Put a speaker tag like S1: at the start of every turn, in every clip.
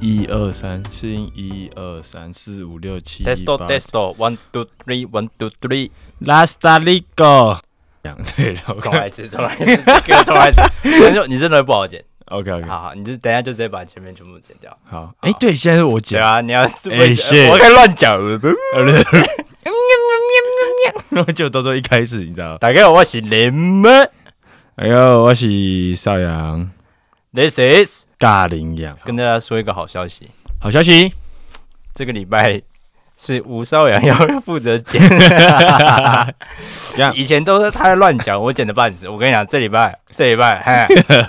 S1: 一二三，试音一二三四五六七。
S2: Testo testo one two three one two three，
S1: Lasta Ligo，这样对，然后
S2: 重来一次，重来一次，给我重来 一次。我跟你说，你真的不好剪。
S1: OK OK，
S2: 好好，你就等一下就直接把前面全部剪掉。
S1: 好，哎，对，现在是我
S2: 对
S1: 讲，
S2: 啊，你要
S1: 哎是
S2: 我可以乱讲。
S1: 然后就到时候一开始，你知道吗？
S2: 大家好，我是林妹
S1: 哎呦，我是邵阳
S2: ，This is
S1: 尬羚羊，
S2: 跟大家说一个好消息，
S1: 好消息，
S2: 这个礼拜是吴少阳要负责剪。
S1: 呀
S2: 以前都是他在乱讲，我剪的半死。我跟你讲，这礼拜这礼拜，嘿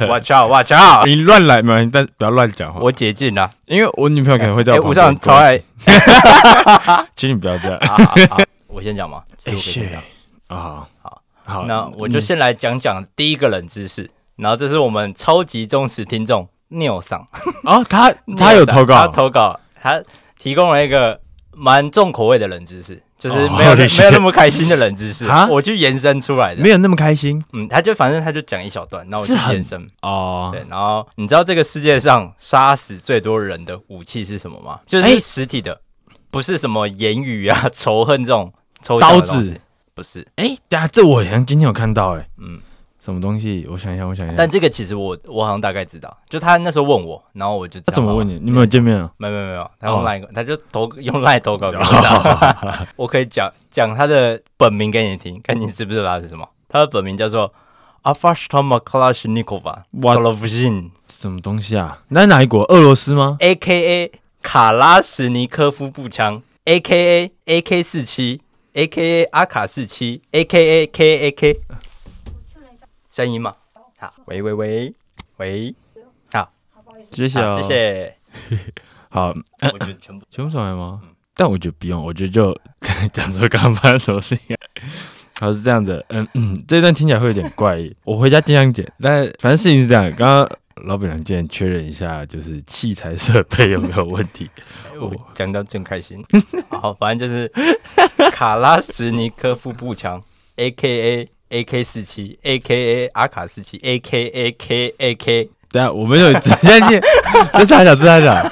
S2: ，watch out，watch out，
S1: 你乱来嘛，但不要乱讲话，
S2: 我解禁了。
S1: 因为我女朋友可能会在
S2: 哎
S1: 我
S2: 吴
S1: 旁
S2: 少
S1: 边
S2: 阳超
S1: 过来，
S2: 爱
S1: 请你不要这样
S2: 好 好好，我先讲嘛，啊哎是我可以先讲。
S1: 啊，
S2: 好
S1: 哎好，嗯
S2: 那我就先来讲讲第一个冷知识，然后这是我们超级忠实听众 Neil 上，
S1: 哦，他他有
S2: Neil 上
S1: 投
S2: 他
S1: 稿，
S2: 投稿，他提供了一个蛮重口味的冷知识，就是
S1: 哦
S2: 没有、
S1: holy shit
S2: 没有那么开心的冷知识
S1: 啊，
S2: 我去延伸出来的
S1: 没。有那么开心
S2: 嗯，他就反正他就讲一小段，然后我去
S1: 是很
S2: 延伸。
S1: 哦，
S2: 对，然后你知道这个世界上杀死最多人的武器是什么吗？就
S1: 哎
S2: 是实体的，不是什么言语啊、仇恨这种抽象的
S1: 刀子
S2: 东西，不是。
S1: 哎，等下这我好像今天有看到，哎，
S2: 嗯，
S1: 什么东西？我想一下，我想一下，
S2: 但这个其实我我好像大概知道，就他那时候问我，然后我就
S1: 他
S2: 他
S1: 怎么问你？你们有见面啊？
S2: 没有没有没有，他
S1: 哦
S2: 用 line，、他就投用 line 投稿给我的。 我可以讲讲他的本名给你听，看你知不知道他是什么。他的本名叫做 Afashta Makalashnikova
S1: What？
S2: Solovjin，A
S1: 什么东西啊？那是哪一国？俄罗斯吗？
S2: K A 卡拉什尼科夫步枪，A K A A K 四七，A K A 阿卡四七，A K A K A K。声音嘛，好，喂喂喂喂，
S1: 谢谢、
S2: 哎好，
S1: 哦，
S2: 谢。谢。
S1: 好，
S2: 我觉得全部
S1: 全部上来吗？但我觉得不用，我觉得就讲说刚刚发生什么事情、啊。 好，是这样的，嗯嗯，这段听起来会有点怪异，我回家尽量剪。但反正事情是这样，刚刚老板娘竟然确认一下，就是器材设备有没有问题。
S2: 我讲到正开心。 好，反正就是卡拉什尼科夫步枪，A K A A K 四七，A K A 阿卡四七，A K A K A K，
S1: 等下我没有直接 念，这是他讲，这是他 讲，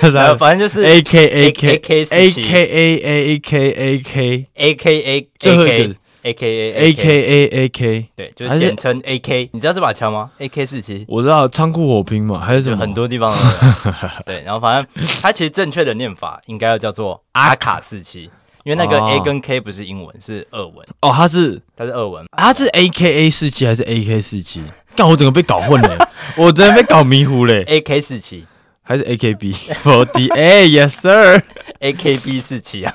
S1: 这是
S2: 然
S1: 他
S2: 后
S1: 讲。
S2: 反正就是
S1: A K A K
S2: AK
S1: A K A A K A K
S2: A K A
S1: 最
S2: A
S1: 后一
S2: K
S1: 个
S2: A K A
S1: A K A A K，
S2: 对，就
S1: 还
S2: 是
S1: 是
S2: 简称 A K。你知道这把枪吗？A K 四七。
S1: 我知道仓库火拼嘛，还是什
S2: 就
S1: 么
S2: 很多地方都 有对，然后反正它其实正确的念法应该要叫做阿卡四七，因为那个
S1: 哦
S2: A 跟 K 不是英文，是俄文，
S1: 哦，他是
S2: 它是俄文。
S1: 啊，他是 A K A 四七还是 A K 四七？干，我整个被搞混 了，我真的被搞迷糊嘞，
S2: A K 四七，
S1: 还是 A K B forty a yes sir，
S2: AKB 四七啊，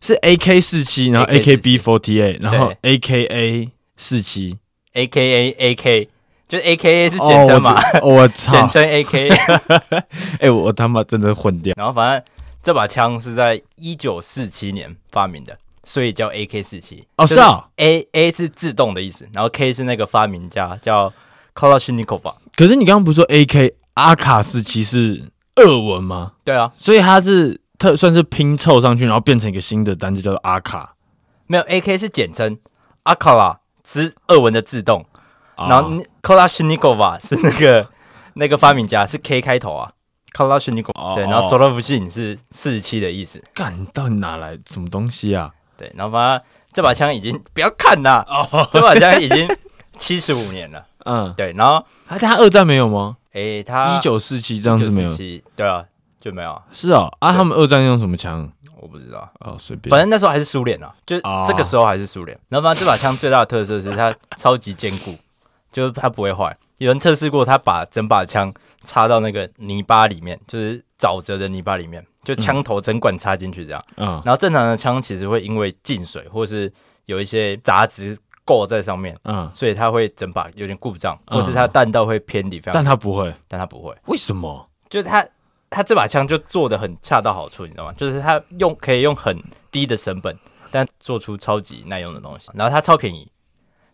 S1: 是 A K 四七，然后 A K B forty a，然后
S2: 对
S1: A K A 四七，
S2: A K A A K，就是 A K A 是
S1: 哦
S2: 简称嘛，
S1: 我 我操
S2: 简，称 A K。
S1: 哎，我我他妈真的混掉，
S2: 然后反正这把枪是在一九四七年发明的，所以叫 A K 四七。
S1: 哦是啊
S2: ，A A 是自动的意思，然后 K 是那个发明家叫 Kalashnikov。
S1: 可是你刚刚不是说 A K 阿卡四七是俄文吗？
S2: 对啊，
S1: 所以它是特算是拼凑上去，然后变成一个新的单字叫做阿卡，
S2: 没有 A K 是简称 Akala，之俄文的自动，
S1: 啊
S2: 然后 Kalashnikov 是那个那个发明家是 K 开头啊。Kalashnikov、
S1: 哦
S2: 对，然后
S1: 哦
S2: Solovjin 是四十七的意思。
S1: 干你到底哪来什么东西啊？
S2: 对，然后反正这把枪已经不要看啦，
S1: 哦，
S2: 这把枪已经七十五年了。
S1: 嗯，
S2: 对，然后
S1: 啊，但他二战没有吗？
S2: 诶，他
S1: 一九四七这样是没有，
S2: 1947对啊，就没有啊，
S1: 是哦，啊，
S2: 对
S1: 他们二战用什么枪？
S2: 我不知道。
S1: 哦，随便，
S2: 反正那时候还是苏联啊，就
S1: 哦
S2: 这个时候还是苏联。然后反正这把枪最大的特色是它超级坚固， 就是它不会坏。有人测试过，他把整把枪插到那个泥巴里面，就是沼泽的泥巴里面，就枪头整管插进去这样。
S1: 嗯
S2: 然后正常的枪其实会因为进水或是有一些杂质垢在上面，
S1: 嗯，
S2: 所以它会整把有点故障，
S1: 嗯
S2: 或是它弹道会偏离非常
S1: 但，他不会，
S2: 但它不会，
S1: 为什么？
S2: 就是它它这把枪就做的很恰到好处，你知道吗？就是它用可以用很低的成本，但做出超级耐用的东西，然后它超便宜。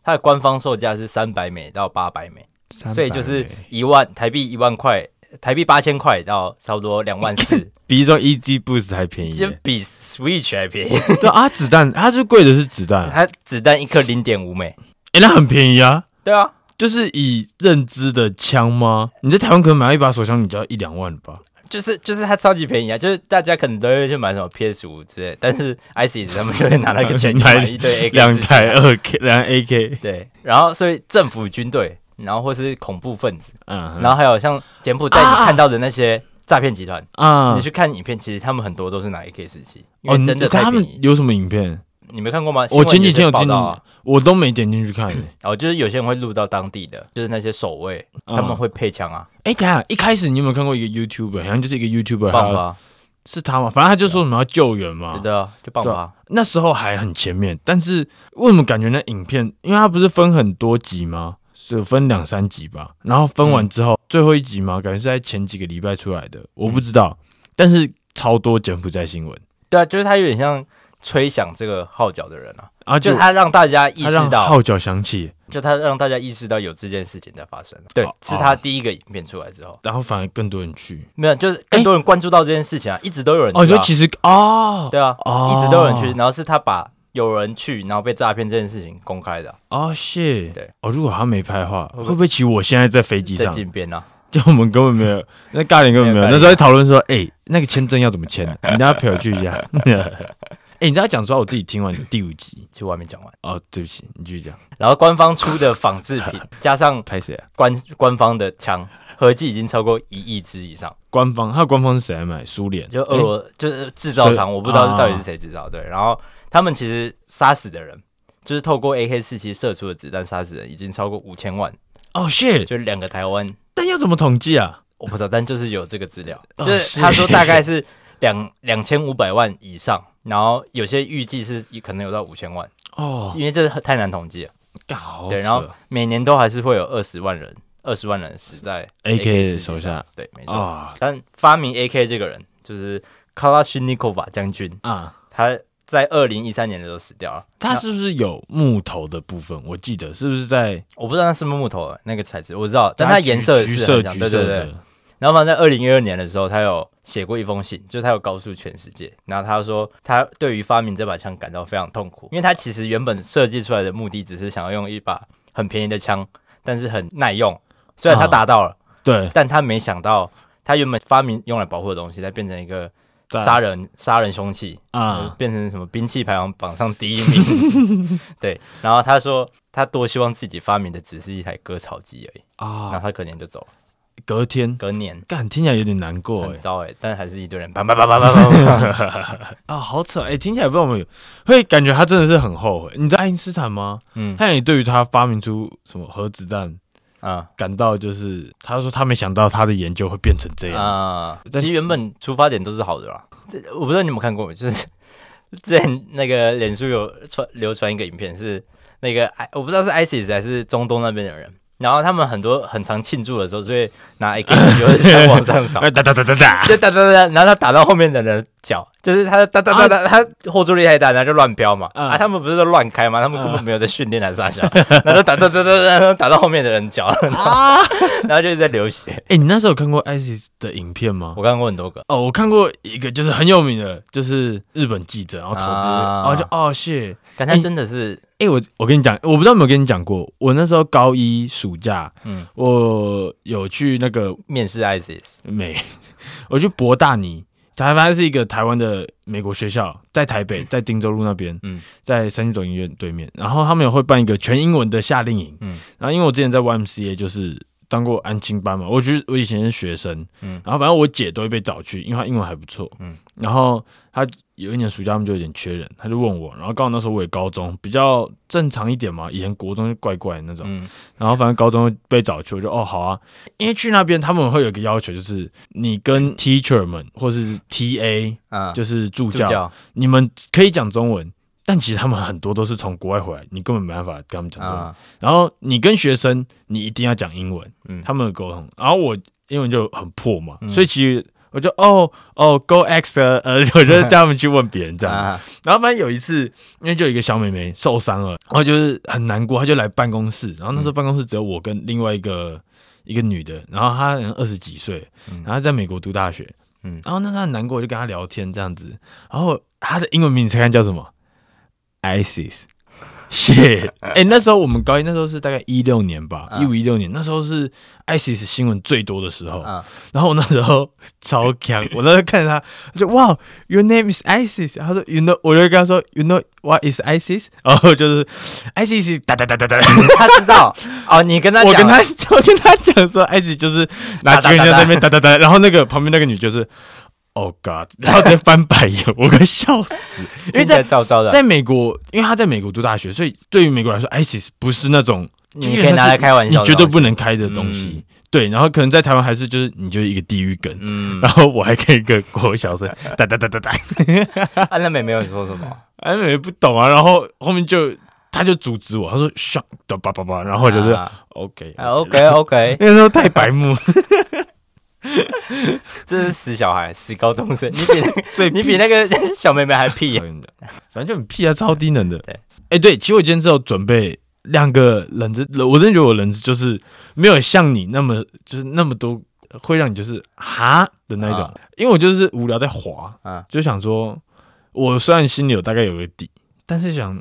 S2: 它的官方售价是三百美到八百美，所以就是一万台币一万块，台币八千块到差不多两万 四，
S1: 比一种 EG Boost 还便宜
S2: 就
S1: 耶。
S2: 比 Switch 还便宜。
S1: 对啊， 子弹它最贵的是子弹，哎
S2: 它子弹一颗零点五美，
S1: 哎，那很便宜啊。
S2: 对啊，
S1: 就是以认知的枪吗？你在台湾可能买到一把手枪，你就要一两万吧？
S2: 就是就是它超级便宜啊，就是大家可能都会去买什么 PS 五之类，但 是 ISIS 他们就会拿那个钱去买一堆 AK
S1: 两台二 K，两台 AK，
S2: 对，然后所以政府军队，然后或是恐怖分子，
S1: 嗯，
S2: 然后还有像柬埔寨你看到的那些诈骗集团，
S1: 啊，
S2: 你去看影片，其实他们很多都是拿 AK 四七，因
S1: 哦，
S2: 为
S1: 你
S2: 真的
S1: 看
S2: 太
S1: 他
S2: 便
S1: 们
S2: 宜。
S1: 有什么影片？
S2: 你没看过吗？
S1: 我前几天有
S2: 新闻些报
S1: 听
S2: 道啊，
S1: 我都没点进去看、欸。
S2: 哦，就是有些人会录到当地的，就是那些守卫，他们
S1: 嗯
S2: 会配枪啊，
S1: 哎、等一下一开始你有没有看过一个 YouTuber？好像就是一个 YouTuber，
S2: 棒
S1: 他
S2: 吧，
S1: 是他吗？反正他就说什么要救援嘛
S2: 对。的啊，就棒
S1: 对
S2: 吧。
S1: 那时候还很前面，但是为什么感觉那影片？因为它不是分很多集吗？是分两三集吧，然后分完之后、最后一集嘛，感觉是在前几个礼拜出来的，我不知道。但是超多柬埔寨新闻，
S2: 对啊，就是他有点像吹响这个号角的人啊，
S1: 然后
S2: 就
S1: 就
S2: 他让大家意
S1: 他
S2: 识
S1: 让
S2: 到，
S1: 号角响起，
S2: 就他让大家意识到有这件事情在发生。对
S1: 哦，
S2: 是他第一个影片出来之后，
S1: 然后反而更多人去。
S2: 没有，就是更多人关注到这件事情啊，一直都有人去啊
S1: 哦，你说其实哦，
S2: 对啊，
S1: 哦，
S2: 一直都有人去，然后是他把有人去，然后被诈骗这件事情公开的啊，
S1: 哦，谢，
S2: 对，
S1: 哦，如果他没拍的话，
S2: 会不会
S1: 会不会其实我现在在飞机
S2: 在
S1: 上，
S2: 禁边啊，
S1: 就我们根本没有， 那尬点根本没有，
S2: 没有尬点
S1: 那时候在讨论说，哎、那个签证要怎么签？你等下陪我去一下。 哎、你你要讲实话，我自己听完第五集，
S2: 去外面讲完。
S1: 哦，对不起，你继续讲，
S2: 然后官方出的仿制 品加上
S1: 拍谁啊？
S2: 官官方的枪，合计已经超过一亿支以上。
S1: 官方，他的官方是谁来买？苏联，
S2: 就俄罗、就是制造
S1: 所
S2: 商，
S1: 以啊
S2: 我不知道是到底是谁制造。对，然后他们其实杀死的人，就是透过 AK 四七射出的子弹杀死人，已经超过五千万，
S1: 哎哦，shit，
S2: 就是两个台湾，
S1: 但要怎么统计啊？
S2: 我 不知道，但就是有这个资料，
S1: 哦
S2: 就是他说大概是两两千五百万以上，然后有些预计是可能有到五千万，
S1: 哦，啊
S2: 因为这太难统计了。
S1: 干好扯，哦
S2: 对，然后每年都还是会有二十万人，二十万人死在
S1: AK 手
S2: 手
S1: 下，
S2: 对，没错。
S1: 啊
S2: 但发明 AK 这个人就是 Kalashnikov 将军。
S1: 啊，
S2: 他在二零一三年的时候死掉了。
S1: 他
S2: 那
S1: 是不是有木头的部分？我记得是不是在？
S2: 我不知道那是不是木头的那个材质，我知道，但它颜色是
S1: 橘
S2: 很
S1: 色，
S2: 像
S1: 橘
S2: 对
S1: 色
S2: 对
S1: 的
S2: 对。，然后反正在二零一二年的时候，他有写过一封信，就是他有告诉全世界，然后他说他对于发明这把枪感到非常痛苦，因为他其实原本设计出来的目的只是想要用一把很便宜的枪，但是很耐用。虽然他
S1: 嗯
S2: 达到了，
S1: 对，
S2: 但他没想到他原本发明用来保护的东西，它变成一个
S1: 对
S2: 杀人杀人凶器。呃
S1: 啊，
S2: 变成什么兵器排行榜上第一名。 对，然后他说他多希望自己发明的只是一台割草机而已，然后
S1: 啊，
S2: 他隔年就走了，
S1: 隔天，
S2: 隔年。
S1: 干听起来有点难过
S2: 很
S1: 哎，
S2: 糟哎、但还是一堆人砰砰砰砰砰砰 砰。
S1: 啊，好扯哎，听起来不知道我们有会感觉他真的是很后悔。你知道爱因斯坦吗？
S2: 嗯
S1: 他也对于他发明出什么核子弹
S2: 啊
S1: 感到就是，他说他没想到他的研究会变成这样。
S2: 啊！
S1: 但
S2: 其实原本出发点都是好的啦。这我不知道你有没有看过，就是之前那个脸书有传流传一个影片，是那个 I 我不知道是 ISIS 还是中东那边的人，然后他们很多很常庆祝的时候，就会拿 AK 就是在往 上扫
S1: 哎，，哒哒哒哒哒，
S2: 就哒哒哒，然后他打到后面的人的脚，就是他哒哒哒哒，他后坐力太大，然后就乱飙嘛。
S1: 啊嗯
S2: 啊，他们不是都乱开吗？他们根本没有在训练还是啥小，然后打哒哒哒哒，然后打到后面的人脚，然后
S1: 啊
S2: 然后就一直在流血。
S1: 哎，你那时候有看过 ISIS 的影片吗？
S2: 我看过很多个，
S1: 哦，我看过一个，就是很有名的，就是日本记者，然后投资，
S2: 啊
S1: 然后就哦谢，
S2: 但他真的是，
S1: 哎，我我跟你讲，我不知道有没有跟你讲过，我那时候高一暑假，
S2: 嗯，
S1: 我有去那个
S2: 面试 ISIS，
S1: 美， 我去博大尼，台湾是一个台湾的美国学校，在台北，在汀州路那边，
S2: 嗯
S1: 在三军总医院对面。然后他们也会办一个全英文的夏令营，
S2: 嗯
S1: 然后因为我之前在 YMCA 就是当过安亲班嘛，我觉得我以前是学生，
S2: 嗯
S1: 然后反正我姐都会被找去，因为她英文还不错，
S2: 嗯
S1: 然后她有一年暑假他们就有点缺人，她就问我，然后刚好那时候我也高中比较正常一点嘛，以前国中就怪怪的那种，
S2: 嗯
S1: 然后反正高中被找去，我就哦好啊，因为去那边他们会有一个要求，就是你跟 teacher 们或是 TA
S2: 嗯啊，
S1: 就是助
S2: 助
S1: 教，
S2: 教
S1: 你们可以讲中文，但其实他们很多都是从国外回来，你根本没办法跟他们讲中文。
S2: 啊，
S1: 然后你跟学生，你一定要讲英文，
S2: 嗯，
S1: 他们的沟通。然后我英文就很破嘛，
S2: 嗯
S1: 所以其实我就哦哦 go X 呃呃，我 就叫他们去问别人这样。
S2: 啊
S1: 然后反正有一次，因为就有一个小妹妹受伤了，然后就是很难过，她就来办公室。然后那时候办公室只有我跟另外一个一个女的，然后她好像二十几岁
S2: 嗯，
S1: 然后在美国读大学。
S2: 嗯
S1: 然后那时候很难过，我就跟她聊天这样子。然后她的英文名你猜看叫什么？ISIS。 谢。哎，那时候我们高一，那时候是大概一六年吧，一
S2: 嗯
S1: 五一六年，那时候是 ISIS 新闻最多的时候。
S2: 啊，
S1: 然后我那时候超强， 我那时候看着他，我就哇，Your name is ISIS。他说，You know，我就跟他说，You know what is ISIS？然后就是 ISIS 哒哒哒哒哒。
S2: 他知道哦，你跟他讲，
S1: 我跟他我跟他讲说，ISIS 就是拿
S2: 哒哒
S1: 几个人在
S2: 哒哒
S1: 那边哒哒哒，然后那个旁边那个女就是 Oh God，然后在翻白眼，我快笑 死，因为
S2: 听起
S1: 在。
S2: 来照照的，
S1: 在美国，因为他在美国读大学，所以对于美国来说，ISIS 不是那种
S2: 你可以拿来开玩笑，
S1: 你绝对不，能开的东西
S2: 嗯。
S1: 对，然后可能在台湾还是就是你就是一个地狱梗，
S2: 嗯
S1: 然，后我还跟一个国小 生哒哒哒哒哒，
S2: 啊，那美没有说什么，
S1: 哎，也不懂啊。然后后面就他就阻止我，他说 shut 叭叭叭叭，然 后我就是
S2: 啊
S1: OK
S2: 啊，OK OK，
S1: 那个时候太白目，
S2: 这是死小孩，死高中生，你比那个
S1: 最
S2: 你比那个 小妹妹还屁，
S1: 反正就很屁啊，啊超低能的。
S2: 对，
S1: 哎对，其实我今天只有准备两个冷知，我真的觉得我冷知就是没有像你那么就是那么多会让你就是哈的那一种
S2: 啊，
S1: 因为我就是无聊在滑，
S2: 啊
S1: 就想说，我虽然心里有大概有个底，但是想，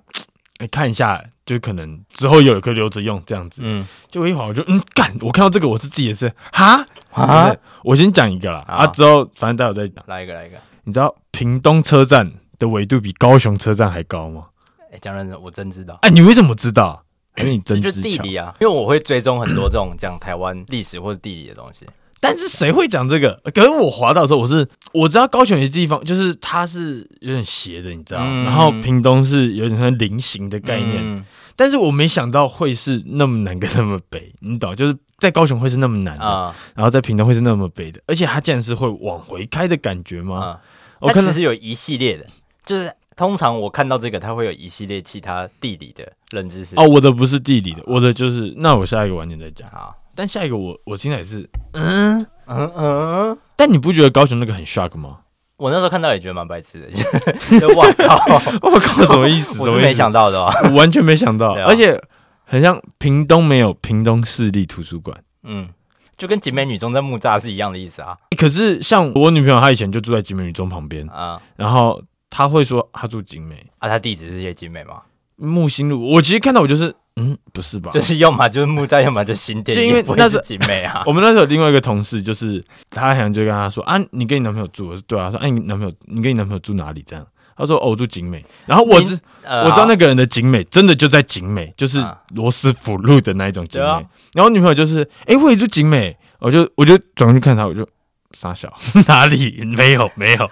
S1: 哎、看一下，就可能之后有一个留着用这样子。
S2: 嗯
S1: 就我一会儿我就嗯干，我看到这个我是自己也是哈
S2: 啊
S1: 就是，我先讲一个啦，
S2: 好
S1: 啊之后反正待会再讲。
S2: 来一个来一个，
S1: 你知道屏东车站的纬度比高雄车站还高吗？
S2: 哎，讲认真，我真知道。
S1: 啊，你为什么知道？因为你
S2: 这
S1: 真
S2: 就
S1: 知
S2: 是地
S1: 巧
S2: 理啊，因为我会追踪很多这种讲台湾历史或者地理的东西。
S1: 但是谁会讲这个？可是我滑到的时候，我是我知道高雄有些地方就是它是有点斜的，你知道吗，
S2: 嗯
S1: 然后屏东是有点像菱形的概念，
S2: 嗯
S1: 但是我没想到会是那么南跟那么北，你懂？就是在高雄会是那么南的，
S2: 啊
S1: 然后在屏东会是那么北的，而且它竟然是会往回开的感觉吗？
S2: 啊！
S1: 我
S2: 它
S1: 看
S2: 其
S1: 到
S2: 实有一系列的，就是通常我看到这个，它会有一系列其他地理的冷知识。
S1: 哦，，我的不是地理的，我的就是那我下一个晚点再讲。
S2: 好，
S1: 但下一个我我听起来是，
S2: 嗯嗯，
S1: 但你不觉得高雄那个很 shock 吗？
S2: 我那时候看到也觉得蛮白痴的，就就哇 靠，
S1: 我靠，什么意思？
S2: 我是没想
S1: 到，
S2: 到的哦。
S1: 我完全没想到，
S2: 对啊
S1: 而且很像屏东没有屏东市立图书馆。
S2: 嗯，就跟景美女中在木栅是一样的意思啊
S1: 可是像我女朋友，她以前就住在景美女中旁边，
S2: 啊
S1: 然后她会说她住景美，
S2: 啊！它地址是写景美嘛，
S1: 木星路，我其实看到我就是，嗯，不是吧？
S2: 就是要么就是木栅，要么就新店，
S1: 就因为
S2: 也不
S1: 那
S2: 会
S1: 是
S2: 是景美啊
S1: 我。们那时候有另外一个同事，就是他好像就跟他说啊，你跟你男朋友住，我说对啊，他说哎、你男朋友，你跟你男朋友住哪里？这样，他说哦，我住景美。然后我
S2: 你
S1: 知
S2: 呃
S1: 我知道那个人的景美真的就在景美，就是
S2: 啊
S1: 罗斯福路的那一种景美。
S2: 对啊
S1: 然后我女朋友就是哎、我也住景美，我就我就转过去看他，我就傻笑， 哪里没有没有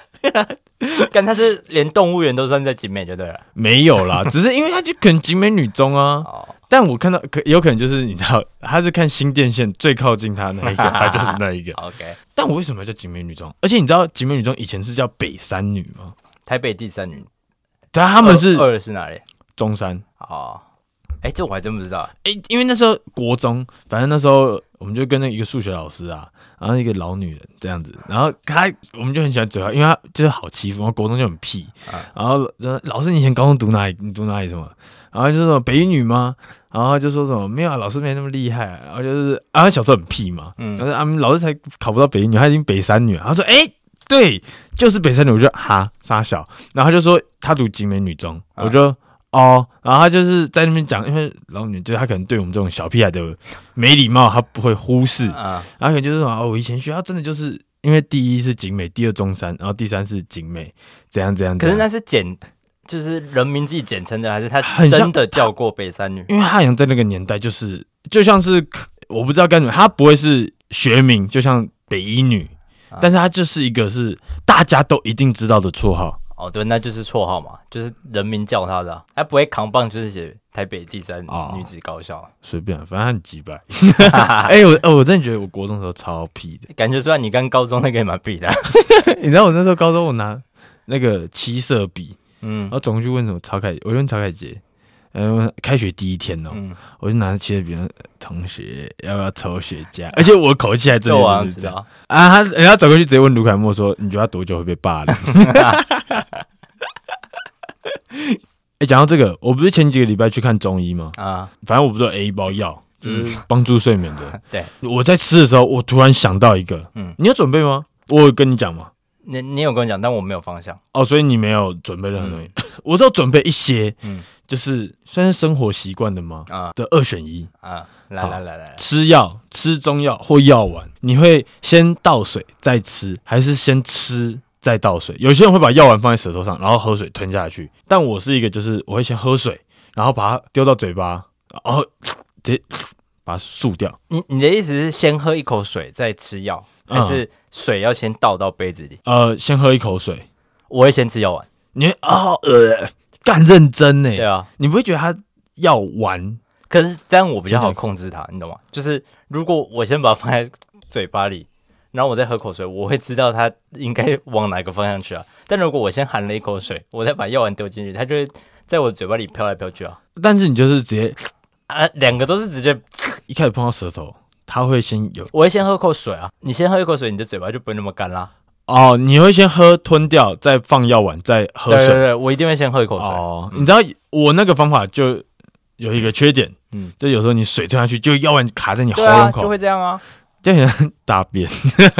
S2: 但它是连动物园都算在景美就对了。
S1: 没有 啦，只是因为他就可能景美女中啊，
S2: 哦，
S1: 但我看到可有可能就是你知道，他是看新电线最靠近他那一个，他就是那一 个。
S2: OK，
S1: 但我为什么要叫景美女中？而且你知道景美女中以前是叫北山女吗？
S2: 台北第三女，
S1: 但他们是
S2: 二二是哪里？
S1: 中山。
S2: 哦，哎、这我还真不知道。
S1: 诶、因为那时候国中，反正那时候我们就跟那一个数学老师啊，然后一个老女人这样子，然后她我们就很喜欢嘴她，因为她就是好欺负，然后国中就很屁，
S2: 啊
S1: 然后就说老师你以前高中读哪里？你读哪里什么？然后就说北一女吗？然后就说什么没有、啊，老师没那么厉害、啊。然后就是啊，她小时候很屁嘛，
S2: 嗯
S1: 然后说啊老师才考不到北一女，她已经北三女了。她说诶，对，就是北三女，我就哈傻小，然后他就说他读景美女中，
S2: 啊
S1: 我就哦，然后他就是在那边讲，因为老女就是他可能对我们这种小屁孩的没礼貌，他不会忽视，然
S2: 啊，
S1: 后可能就是说哦，我以前学校真的就是因为第一是景美，第二中山，然后第三是景美，怎样怎样
S2: 可
S1: 怎
S2: 是
S1: 样，
S2: 那是简，就是人民自己简称的，还是他
S1: 很像
S2: 真的叫过北三女？
S1: 因为汉阳在那个年代就是就像是我不知道该怎么，他不会是学名，就像北一女
S2: 啊。
S1: 但是他就是一个是大家都一定知道的绰号，
S2: 哦，对，那就是绰号嘛，就是人民叫他的啊、他不会扛棒，就是写台北第三
S1: 哦
S2: 女子高校啊，
S1: 随便，反正他很鸡掰。 哎、我呃我真的觉得我国中的时候超屁的，
S2: 感觉虽然你跟高中那个也蛮比的啊、
S1: 你知道我那时候高中我拿那个七色笔，
S2: 嗯
S1: 然后总去问什么曹凯，我就问曹凯杰，嗯，开学第一天哦，
S2: 嗯，
S1: 我就拿七色笔，同学要不要抽雪茄？而且我口气还真
S2: 这我好
S1: 的
S2: 像
S1: 是
S2: 知
S1: 这样
S2: 道。
S1: 啊，他人家走过去直接问卢凯莫说，你觉得他多久会被霸凌？ 哎，讲、到这个，我不是前几个礼拜去看中医吗？
S2: 啊，
S1: 反正我不是有 A 一包药，就是帮助睡眠的。
S2: 嗯 对，
S1: 我在吃的时候，我突然想到一个，
S2: 嗯
S1: 你有准备吗？我有跟你讲吗？
S2: 你你有跟我讲，但我没有方向。
S1: 哦，所以你没有准备任何东西，我是有准备一些，
S2: 嗯
S1: 就是算是生活习惯的吗？
S2: 啊
S1: 的二选一，
S2: 啊！来
S1: 好
S2: 来来来，
S1: 吃药、吃中药或药丸，你会先倒水再吃，还是先吃再倒水？有些人会把药丸放在舌头上，然后喝水吞下去，但我是一个就是我会先喝水，然后把它丢到嘴巴，然后直接把它漱掉。
S2: 你你的意思是先喝一口水再吃药，
S1: 嗯
S2: 还是水要先倒到杯子里？
S1: 呃，先喝一口水，
S2: 我会先吃药丸。
S1: 你会啊、呃，干认真呢？欸
S2: 对啊，
S1: 你不会觉得它药丸
S2: 可是这样我比较好控制
S1: 嗯
S2: 它，你懂吗？就是如果我先把它放在嘴巴里，然后我再喝口水，我会知道它应该往哪个方向去啊。但如果我先含了一口水，我再把药丸丢进去，它就会在我嘴巴里飘来飘去啊。
S1: 但是你就是直接
S2: 啊，两个都是直接，
S1: 一开始碰到舌头，它会先有
S2: 我会先喝口水啊。你先喝一口水，你的嘴巴就不会那么干啦。
S1: 哦，你会先喝吞掉，再放药丸，再喝
S2: 对
S1: 水。
S2: 对对，我一定会先喝一口水。
S1: 哦，
S2: 嗯
S1: 你知道我那个方法就有一个缺点，
S2: 嗯
S1: 就有时候你水吞下去，就药丸卡在你喉
S2: 对啊，
S1: 咙
S2: 就
S1: 口，
S2: 会这样啊，
S1: 就很像大便，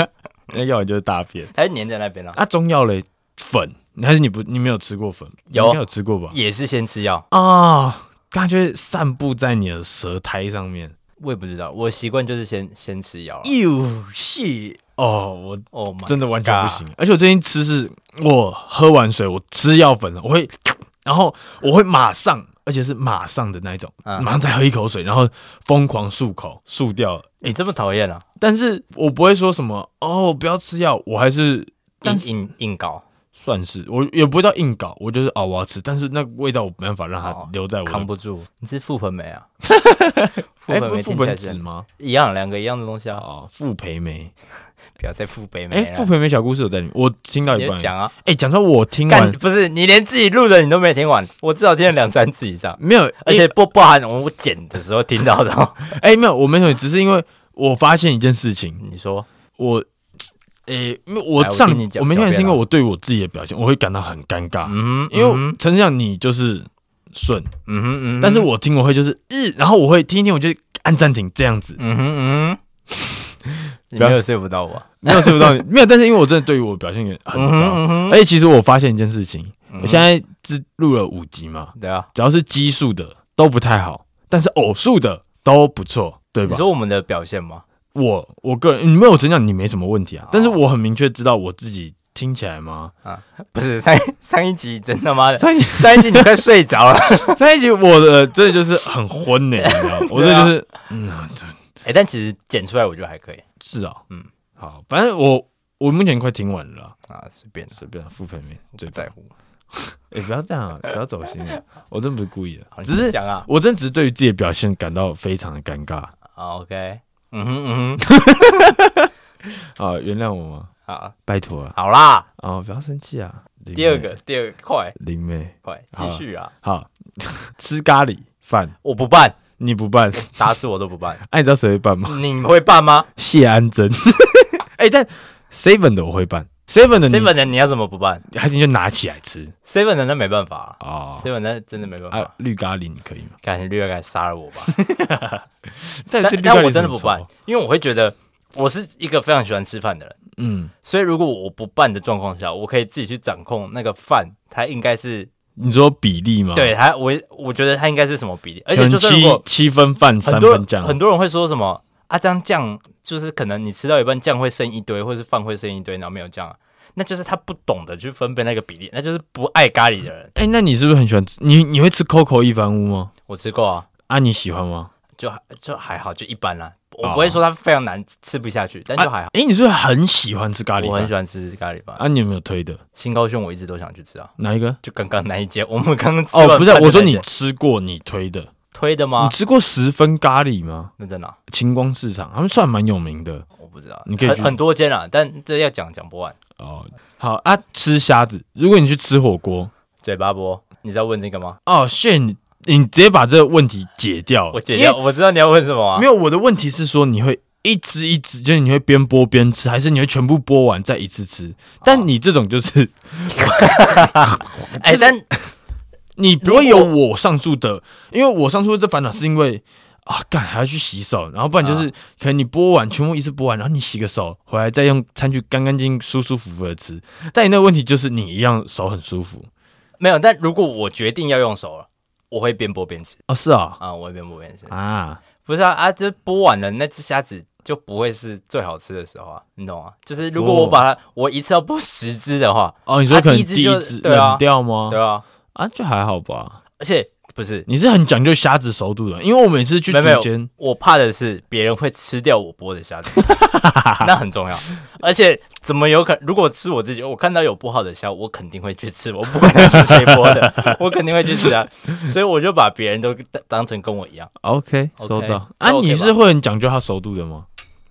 S1: 那药丸就是大便。
S2: 它就粘在那边了、
S1: 啊，中药嘞，粉，还是你不你没有吃过粉？
S2: 有
S1: 你应该有吃过吧？
S2: 也是先吃药，
S1: 啊，它就会散布在你的舌苔上面。
S2: 我也不知道，我习惯就是先先吃药啊。
S1: 哟是哦，我
S2: 哦妈，
S1: 真的完全不行。而且我最近吃是，我喝完水，我吃药粉了，我会，然后我会马上，而且是马上的那一种，
S2: 嗯
S1: 马上再喝一口水，然后疯狂漱口，漱掉了。
S2: 你这么讨厌啊？
S1: 但是我不会说什么哦，不要吃药，我还是，但
S2: 硬
S1: 是
S2: 硬硬搞，
S1: 算是我也不会到硬搞，我就是哦我要吃，但是那个味道我没办法让它
S2: 哦
S1: 留在我
S2: 扛
S1: 的。
S2: 不住。你是覆盆梅 啊？
S1: 哎，
S2: 覆盆
S1: 不
S2: 梅
S1: 是副
S2: 听起
S1: 本
S2: 来
S1: 子
S2: 是
S1: 吗？
S2: 一样，两个一样的东西啊。
S1: 哦，傅培梅，
S2: 不要再覆北梅
S1: 哎，
S2: 了。
S1: 傅培梅小故事有在里面，我听到
S2: 啊你
S1: 一
S2: 就
S1: 半。
S2: 讲啊，
S1: 哎，讲到我听
S2: 干
S1: 完
S2: 不是你连自己录的你都没听完，我至少听了两三次以上，
S1: 没有，
S2: 而且不包含我剪的时候听到的哦。
S1: 哎、没有，我没有，只是因为我发现一件事情，
S2: 你说
S1: 我，诶、没有，我
S2: 来我
S1: 上
S2: 听你讲
S1: 我没看
S2: 狡辩
S1: 是因为
S2: 啊
S1: 我对我自己的表现，我会感到很尴尬，
S2: 嗯哼，
S1: 因为我
S2: 嗯哼
S1: 陈志祥你就是顺，
S2: 嗯哼嗯哼，
S1: 但是我听我会就是，日，然后我会听一听，我就按暂停这样子，
S2: 嗯哼嗯哼，你
S1: 不要
S2: 没有说服到我啊。
S1: 没有睡不到你，没有，但是因为我真的对于我表现也很
S2: 嗯哼
S1: 糟，
S2: 嗯哼
S1: 而且其实我发现一件事情，
S2: 嗯
S1: 我现在只录了五集嘛，
S2: 对啊，
S1: 只要是奇数的都不太好，但是偶数的都不错，对
S2: 你
S1: 吧？
S2: 说我们的表现吗？
S1: 我我个人，你没有成长，你没什么问题啊
S2: 哦。
S1: 但是我很明确知道我自己听起来吗？
S2: 不是 上一上一集真他妈的，
S1: 上一集
S2: 上一集你快睡着了。
S1: 上一集我的真的就是很昏呢、你知 道吗我这
S2: 对啊
S1: 就是嗯，这
S2: 哎、但其实剪出来我觉得还可以
S1: 是啊，嗯
S2: 嗯，
S1: 好，反正我我目前快听完了啦，
S2: 啊，随便啦，
S1: 随便啊傅培梅
S2: 不
S1: 最
S2: 在乎。
S1: 哎、不要这样、啊，不要走心啊，我真不是故意
S2: 好
S1: 的，
S2: 你
S1: 只是
S2: 讲啊
S1: 我真的只是对于自己的表现感到非常的尴尬
S2: 啊，OK，嗯哼嗯哼，
S1: 啊，原谅我吗？
S2: 好，
S1: 拜托啊，
S2: 好啦，
S1: 啊，不要生气啊。林
S2: 第二
S1: 妹
S2: 个，第二个，快
S1: 林妹，
S2: 快
S1: 好
S2: 继续啊！
S1: 好， 吃咖喱饭
S2: 我不办，
S1: 你不办，
S2: 打死我都不 办。
S1: 哎、你知道谁会办吗？
S2: 你会办吗
S1: 谢安珍。 哎、但 seven 的我会办，seven 的你
S2: 哦？seven 的你要怎么不办
S1: 还是你就拿起来吃
S2: ？seven 的那没办法啊
S1: 哦。
S2: ，seven 的真的没办
S1: 啊
S2: 法。，
S1: 绿咖喱你可以吗？
S2: 感觉绿月该杀了我吧？
S1: 但
S2: 但但我真的不
S1: 哦
S2: 办，，因为我会觉得我是一个非常喜欢吃饭的人，
S1: 嗯，
S2: 所以如果我不办的状况下，我可以自己去掌控那个饭，它应该是
S1: 你说比例吗？
S2: 对，它，我我觉得它应该是什么比例，而
S1: 可
S2: 且
S1: 能
S2: 就
S1: 七
S2: 是如果
S1: 七分饭
S2: 很
S1: 三
S2: 多
S1: 分
S2: 人
S1: 酱，
S2: 很多人会说什么啊，这样酱就是可能你吃到一半酱会剩一堆，或是饭会剩一堆，然后没有酱、啊，那就是他不懂得去分配那个比例，那就是不爱咖喱的人。
S1: 哎、那你是不是很喜欢吃？你你会吃 Coco 一番屋吗？
S2: 我吃过啊，
S1: 啊，你喜欢吗？
S2: 就还就还好，就一般啦。
S1: 哦
S2: 我不会说它非常难吃不下去，但就还好。
S1: 哎、你是不是很喜欢吃咖喱
S2: 我很
S1: 饭
S2: 喜？欢吃咖喱饭，
S1: 啊，你有没有推的
S2: 新高雄我一直都想去吃啊。
S1: 哪一个？
S2: 就刚刚那一间，我们刚刚吃完
S1: 哦，不是啊，
S2: 饭的
S1: 我说
S2: 那
S1: 你
S2: 一啊间
S1: 吃过你推的，
S2: 推的吗
S1: 你？吃过十分咖喱吗？
S2: 那在哪？
S1: 晴光市场他们算蛮有名的，
S2: 我不知道，
S1: 你可以
S2: 很
S1: 去
S2: 很多间啊，但这要讲讲不完。
S1: 哦，好啊，吃虾子。如果你去吃火锅，
S2: 嘴巴波，你在问这个吗？
S1: 哦，谢你，你直接把这个问题解掉。
S2: 我解掉，我知道你要问什么
S1: 哦因为
S2: 啊
S1: 没。有，我的问题是说你会一只一只，就是你会边剥边吃，还是你会全部剥完再一次吃？但你这种 就是，
S2: 哎，但
S1: 你不会有我上述的，因为我上述这烦恼是因为。啊，干还要去洗手，然后不然就是、可能你剥完全部一次剥完，然后你洗个手回来再用餐具干干净净、舒舒服服的吃。但你那个问题就是你一样手很舒服，
S2: 没有，但如果我决定要用手了，我会边剥边吃
S1: 哦，是哦，
S2: 啊、我会边剥边吃。
S1: 啊，
S2: 不是啊啊，这剥完了那只虾子就不会是最好吃的时候啊，你懂吗？就是如果
S1: 哦
S2: 我把它，我一次要剥十只的话，
S1: 哦，你说
S2: 啊
S1: 可能
S2: 第一只
S1: 第
S2: 就
S1: 一只
S2: 对啊
S1: 冷掉吗？
S2: 对啊，
S1: 啊，就还好吧。
S2: 而且不是，
S1: 你是很讲究虾子熟度的，因为我每次去
S2: 没
S1: 竹
S2: 有没有
S1: 间，
S2: 我怕的是别人会吃掉我剥的虾 子，那很重要。而且怎么有可如果吃我自己，我看到有剥好的虾，我肯定会去吃，我不管是谁剥 的，我肯定会去吃啊。所以我就把别人都当当成跟我一样，
S1: OK，
S2: OK，
S1: 收到。
S2: 那
S1: 啊，
S2: OK
S1: 你
S2: 吧
S1: 是会很讲究它熟度的吗？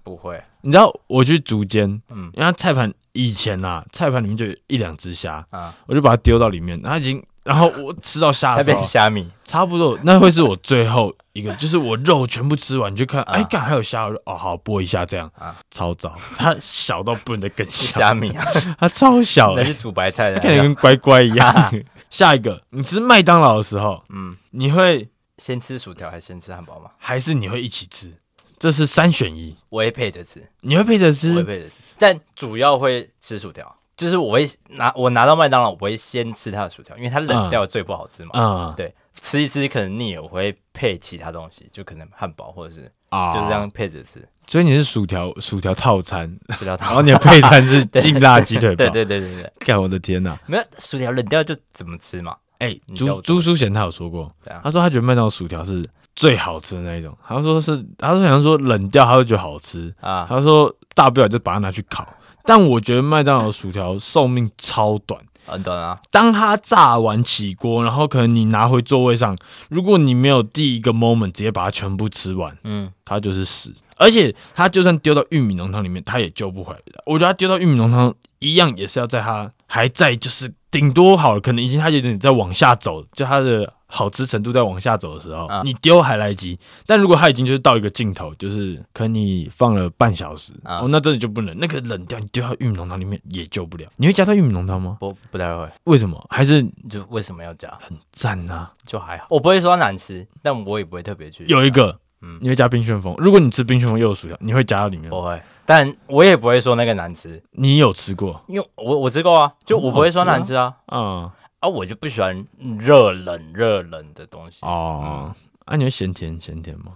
S2: 不会，
S1: 你知道我去竹间，
S2: 嗯
S1: 因为它菜盘以前啊，菜盘里面就有一两只虾，
S2: 啊，
S1: 我就把它丢到里面，然后已经，然后我吃到虾
S2: 那
S1: 的时
S2: 边
S1: 候，
S2: 虾米，
S1: 差不多，那会是我最后一个，就是我肉全部吃完，你就看，哎，干还有虾，我就哦好剥一下这样
S2: 啊，
S1: 超糟，它小到不能再更
S2: 是
S1: 小，
S2: 虾米啊，
S1: 它超小
S2: 那
S1: 的，
S2: 是煮白菜的
S1: 看起来
S2: 啊，
S1: 跟乖乖一 样。下一个，你吃麦当劳的时候，
S2: 嗯。
S1: 你会
S2: 先吃薯条还是先吃汉堡吗？
S1: 还是你会一起吃？这是三选一，
S2: 我会配着吃，
S1: 你会配着
S2: 我会
S1: 吃
S2: 配着吃，但主要会吃薯条。就是我会拿我拿到麦当劳，我会先吃它的薯条，因为它冷掉最不好吃嘛。
S1: 啊
S2: 对，吃一吃可能腻了，我会配其他东西，就可能汉堡或者是
S1: 啊
S2: 就是这。样配着吃，
S1: 所以你是薯条薯条套 餐，
S2: 不知道
S1: 然
S2: 它。
S1: 后你的配餐是劲辣鸡腿堡。
S2: 对对对对对，
S1: 干我的天呐！
S2: 没有薯条冷掉就怎么吃嘛？
S1: 哎，
S2: 你叫
S1: 朱
S2: 我
S1: 朱淑贤他有说过，
S2: 对啊
S1: 他，说他觉得麦当劳薯条是最好吃的那一种。他说是，他说好像说冷掉他会觉得好吃。
S2: 啊，
S1: 他说大不了就把它拿去烤。但我觉得麦当劳薯条寿命超短，
S2: 啊你懂啊？
S1: 当它炸完起锅，然后可能你拿回座位上，如果你没有第一个 moment 直接把它全部吃完，
S2: 嗯，
S1: 它就是死。而且它就算丢到玉米浓汤里面，它也救不回来的。我觉得它丢到玉米浓汤一样，也是要在它还在就是顶多好了，可能已经它有点在往下走，就它的好吃程度在往下走的时候，
S2: 啊
S1: 你丢还来得及。但如果它已经就是到一个尽头，就是可能你放了半小时，
S2: 啊
S1: 哦，那真的就不能，那个冷掉，你丢到玉米浓汤里面也救不了。你会加到玉米浓汤吗？
S2: 不不太会，
S1: 为什么？还是
S2: 就为什么要加？
S1: 赞啊？
S2: 就还好，我不会说难吃，但我也不会特别去
S1: 有一个，
S2: 嗯哦
S1: 你会加冰旋风。如果你吃冰旋风又有薯条，你会加到里面吗？
S2: 不会，但我也不会说那个难吃，
S1: 你有吃过
S2: 因为我我吃过啊，就我不会说
S1: 很好吃啊
S2: 难吃啊，
S1: 啊？
S2: 啊，我就不喜欢热冷热冷的东西。嗯
S1: 哦，啊，你会咸甜咸甜吗？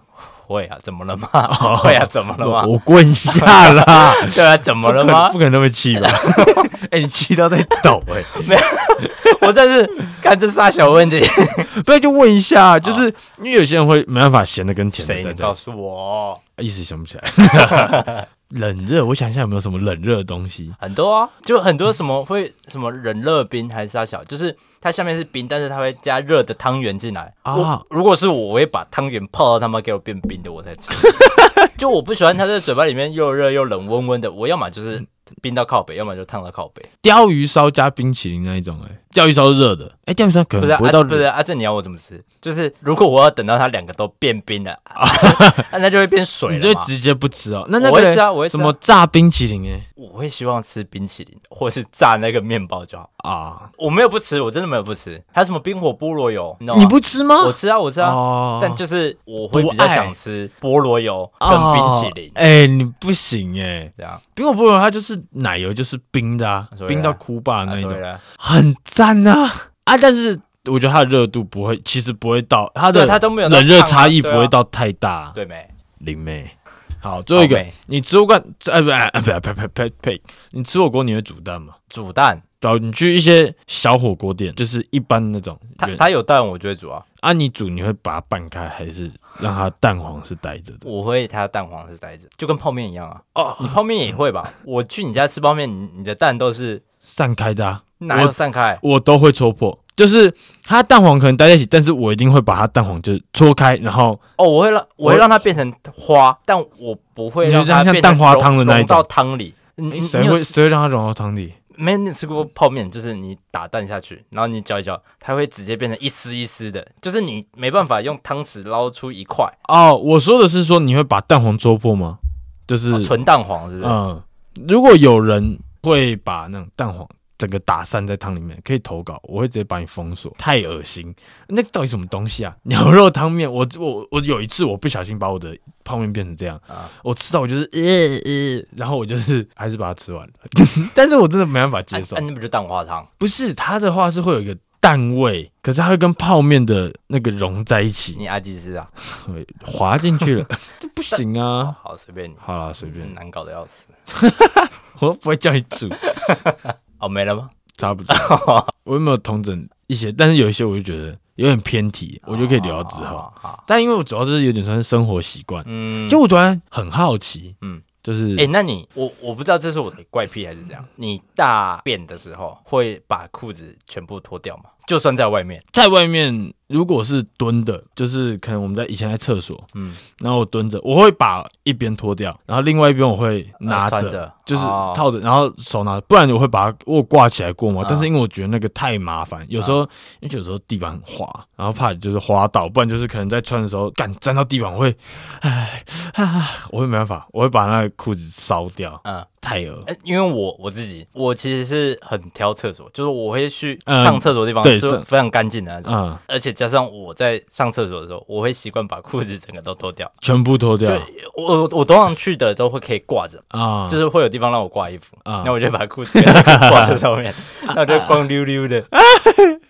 S2: 会啊，怎么了吗？ 会啊，怎么了吗？
S1: 哦我滚下啦！
S2: 对啊， 怎么了吗
S1: 不可能不？可能那么气 吧？哎，你气到在抖哎！
S2: 我这是看这啥小 问题？
S1: 不要就问一下，就是因为有些人会没办法咸的跟甜
S2: 哦谁？
S1: 的
S2: 你
S1: 在
S2: 告
S1: 在，
S2: 诉我，
S1: 一时想不起来。 冷热，我想一下有没有什么冷热的东西？
S2: 很多啊，就很多什么会什么冷热冰还是啥小，就是它下面是冰，但是它会加热的汤圆进来
S1: 啊
S2: 我如果是我，我会把汤圆泡到他妈给我变冰的，我才 吃。就我不喜欢它在嘴巴里面又热又冷温温的，我要么就是冰到靠北，要么就烫到靠北。
S1: 鲷鱼烧加冰淇淋那一种，哎，鲷鱼烧是热的，哎，鲷鱼烧可
S2: 不是
S1: 能
S2: 啊，
S1: 不会到
S2: 啊不是
S1: 热，
S2: 啊，这你要我怎么吃？就是如果我要等到它两个都变冰 了，啊那就会变水
S1: 你就
S2: 了
S1: 会
S2: 嘛。
S1: 直接不吃哦。那那
S2: 我会吃
S1: 个
S2: 啊，我会吃
S1: 什
S2: 啊、
S1: 么炸冰淇淋，哎
S2: 我会希望吃冰淇淋，或是炸那个面包就好。
S1: 啊，
S2: 我没有不吃，我真的没有不吃。还有什么冰火菠萝油？你知道吗
S1: 你不吃吗？
S2: 我吃啊，我吃啊。
S1: 哦
S2: 但就是我会
S1: 不
S2: 比较
S1: 爱
S2: 想吃菠萝油跟冰淇淋
S1: 哦，哎、你不行哎、
S2: 这样。
S1: 冰火菠萝它就是奶油，就是冰的啊
S2: 所，以嘞
S1: 冰到哭吧
S2: 啊
S1: 那一
S2: 所以
S1: 种，
S2: 呢
S1: 很赞啊啊！但是我觉得它的热度不会，其实不会到它的
S2: 对它都没有到
S1: 冷热
S2: 烫啊
S1: 差异不
S2: 对啊
S1: 会到太大。
S2: 对没？哦
S1: 林妹，好，最后一
S2: 好
S1: 个
S2: 妹，
S1: 你吃不惯，呃不呃不呃呸呸呸呸，你吃火锅你会煮蛋吗？
S2: 煮蛋，
S1: 然后你去一些小火锅店，就是一般那种
S2: 它
S1: 原
S2: 它有蛋，我就会煮啊。
S1: 啊，你煮你会把它拌开，还是让它蛋黄是呆着的？
S2: 我会它蛋黄是呆着，就跟泡面一样啊。你
S1: 哦，
S2: 泡面也会吧？我去你家吃泡面，你你的蛋都是
S1: 散开的啊。
S2: 哪有散开？
S1: 我都会戳破，就是它蛋黄可能待在一起，但是我一定会把它蛋黄就是戳开，然后
S2: 哦，我会让我会
S1: 我
S2: 让它变成花，但我不会让它
S1: 你就像
S2: 变成
S1: 蛋花汤的那一
S2: 融
S1: 种
S2: 到汤里。你你你
S1: 谁
S2: 有
S1: 会
S2: 吃
S1: 谁会让它融到汤里？
S2: 没有你有吃过泡面？就是你打蛋下去，然后你搅一搅，它会直接变成一丝一丝的，就是你没办法用汤匙捞出一块
S1: 哦，我说的是说你会把蛋黄戳破吗？就是、
S2: 哦纯蛋黄，是不是？
S1: 嗯，如果有人会把那种蛋黄整个打散在汤里面，可以投稿，我会直接把你封锁，太恶心。那到底什么东西啊？ 牛肉汤面，我我我有一次我不小心把我的泡面变成这样，
S2: 啊
S1: 我吃到我就是呃呃，然后我 就是还是把它吃完了，但是我真的没办法接受
S2: 啊。那不就蛋花汤？
S1: 不是，它的话是会有一个蛋味，可是它会跟泡面的那个融在一 起，
S2: 你阿基斯啊？
S1: 会滑进去 了，这不行
S2: 哦，
S1: 啊！
S2: 好，随便你，
S1: 好啦，随便，
S2: 难搞的要死。
S1: 我又不会叫你煮，
S2: 哦，没了吗？
S1: 差 不多。我有没有同整一些？但是有一些我就觉得有点偏题，
S2: 哦
S1: 我就可以聊到之后。
S2: 好。哦好好
S1: 但因为我主要就是有点算是生活习惯，
S2: 嗯，
S1: 就我突然很好奇，
S2: 嗯，
S1: 就是
S2: 哎、那你我我不知道这是我的怪癖还是怎样。你大便的时候会把裤子全部脱掉吗？就算在外面，
S1: 在外面如果是蹲的，就是可能我们在以前在厕所，
S2: 嗯，
S1: 然后我蹲着，我会把一边脱掉，然后另外一边我会拿
S2: 呃
S1: 着，
S2: 穿着
S1: 就是
S2: 哦
S1: 套着，然后手拿着，不然我会把它我有挂起来过嘛。
S2: 嗯
S1: 但是因为我觉得那个太麻烦，有时候、
S2: 啊
S1: 因为有时候地板很滑，然后怕就是滑倒，不然就是可能在穿的时候干沾到地板，我会，唉，啊，我会没办法，我会把那个裤子烧掉，
S2: 嗯，
S1: 太恶。
S2: 哎、因为我我自己，我其实是很挑厕所，就是我会去
S1: 嗯
S2: 上厕所的地方
S1: 对
S2: 是
S1: 是
S2: 非常干净的那种。
S1: 嗯，
S2: 而且加上我在上厕所的时候，我会习惯把裤子整个都脱掉。
S1: 全部脱
S2: 就
S1: 掉
S2: 我我我通常去的都会可以挂着，
S1: 啊，
S2: 就是会有地方让我挂衣服，
S1: 啊
S2: 那我就把裤子给它挂在 上面，那我就光溜溜的。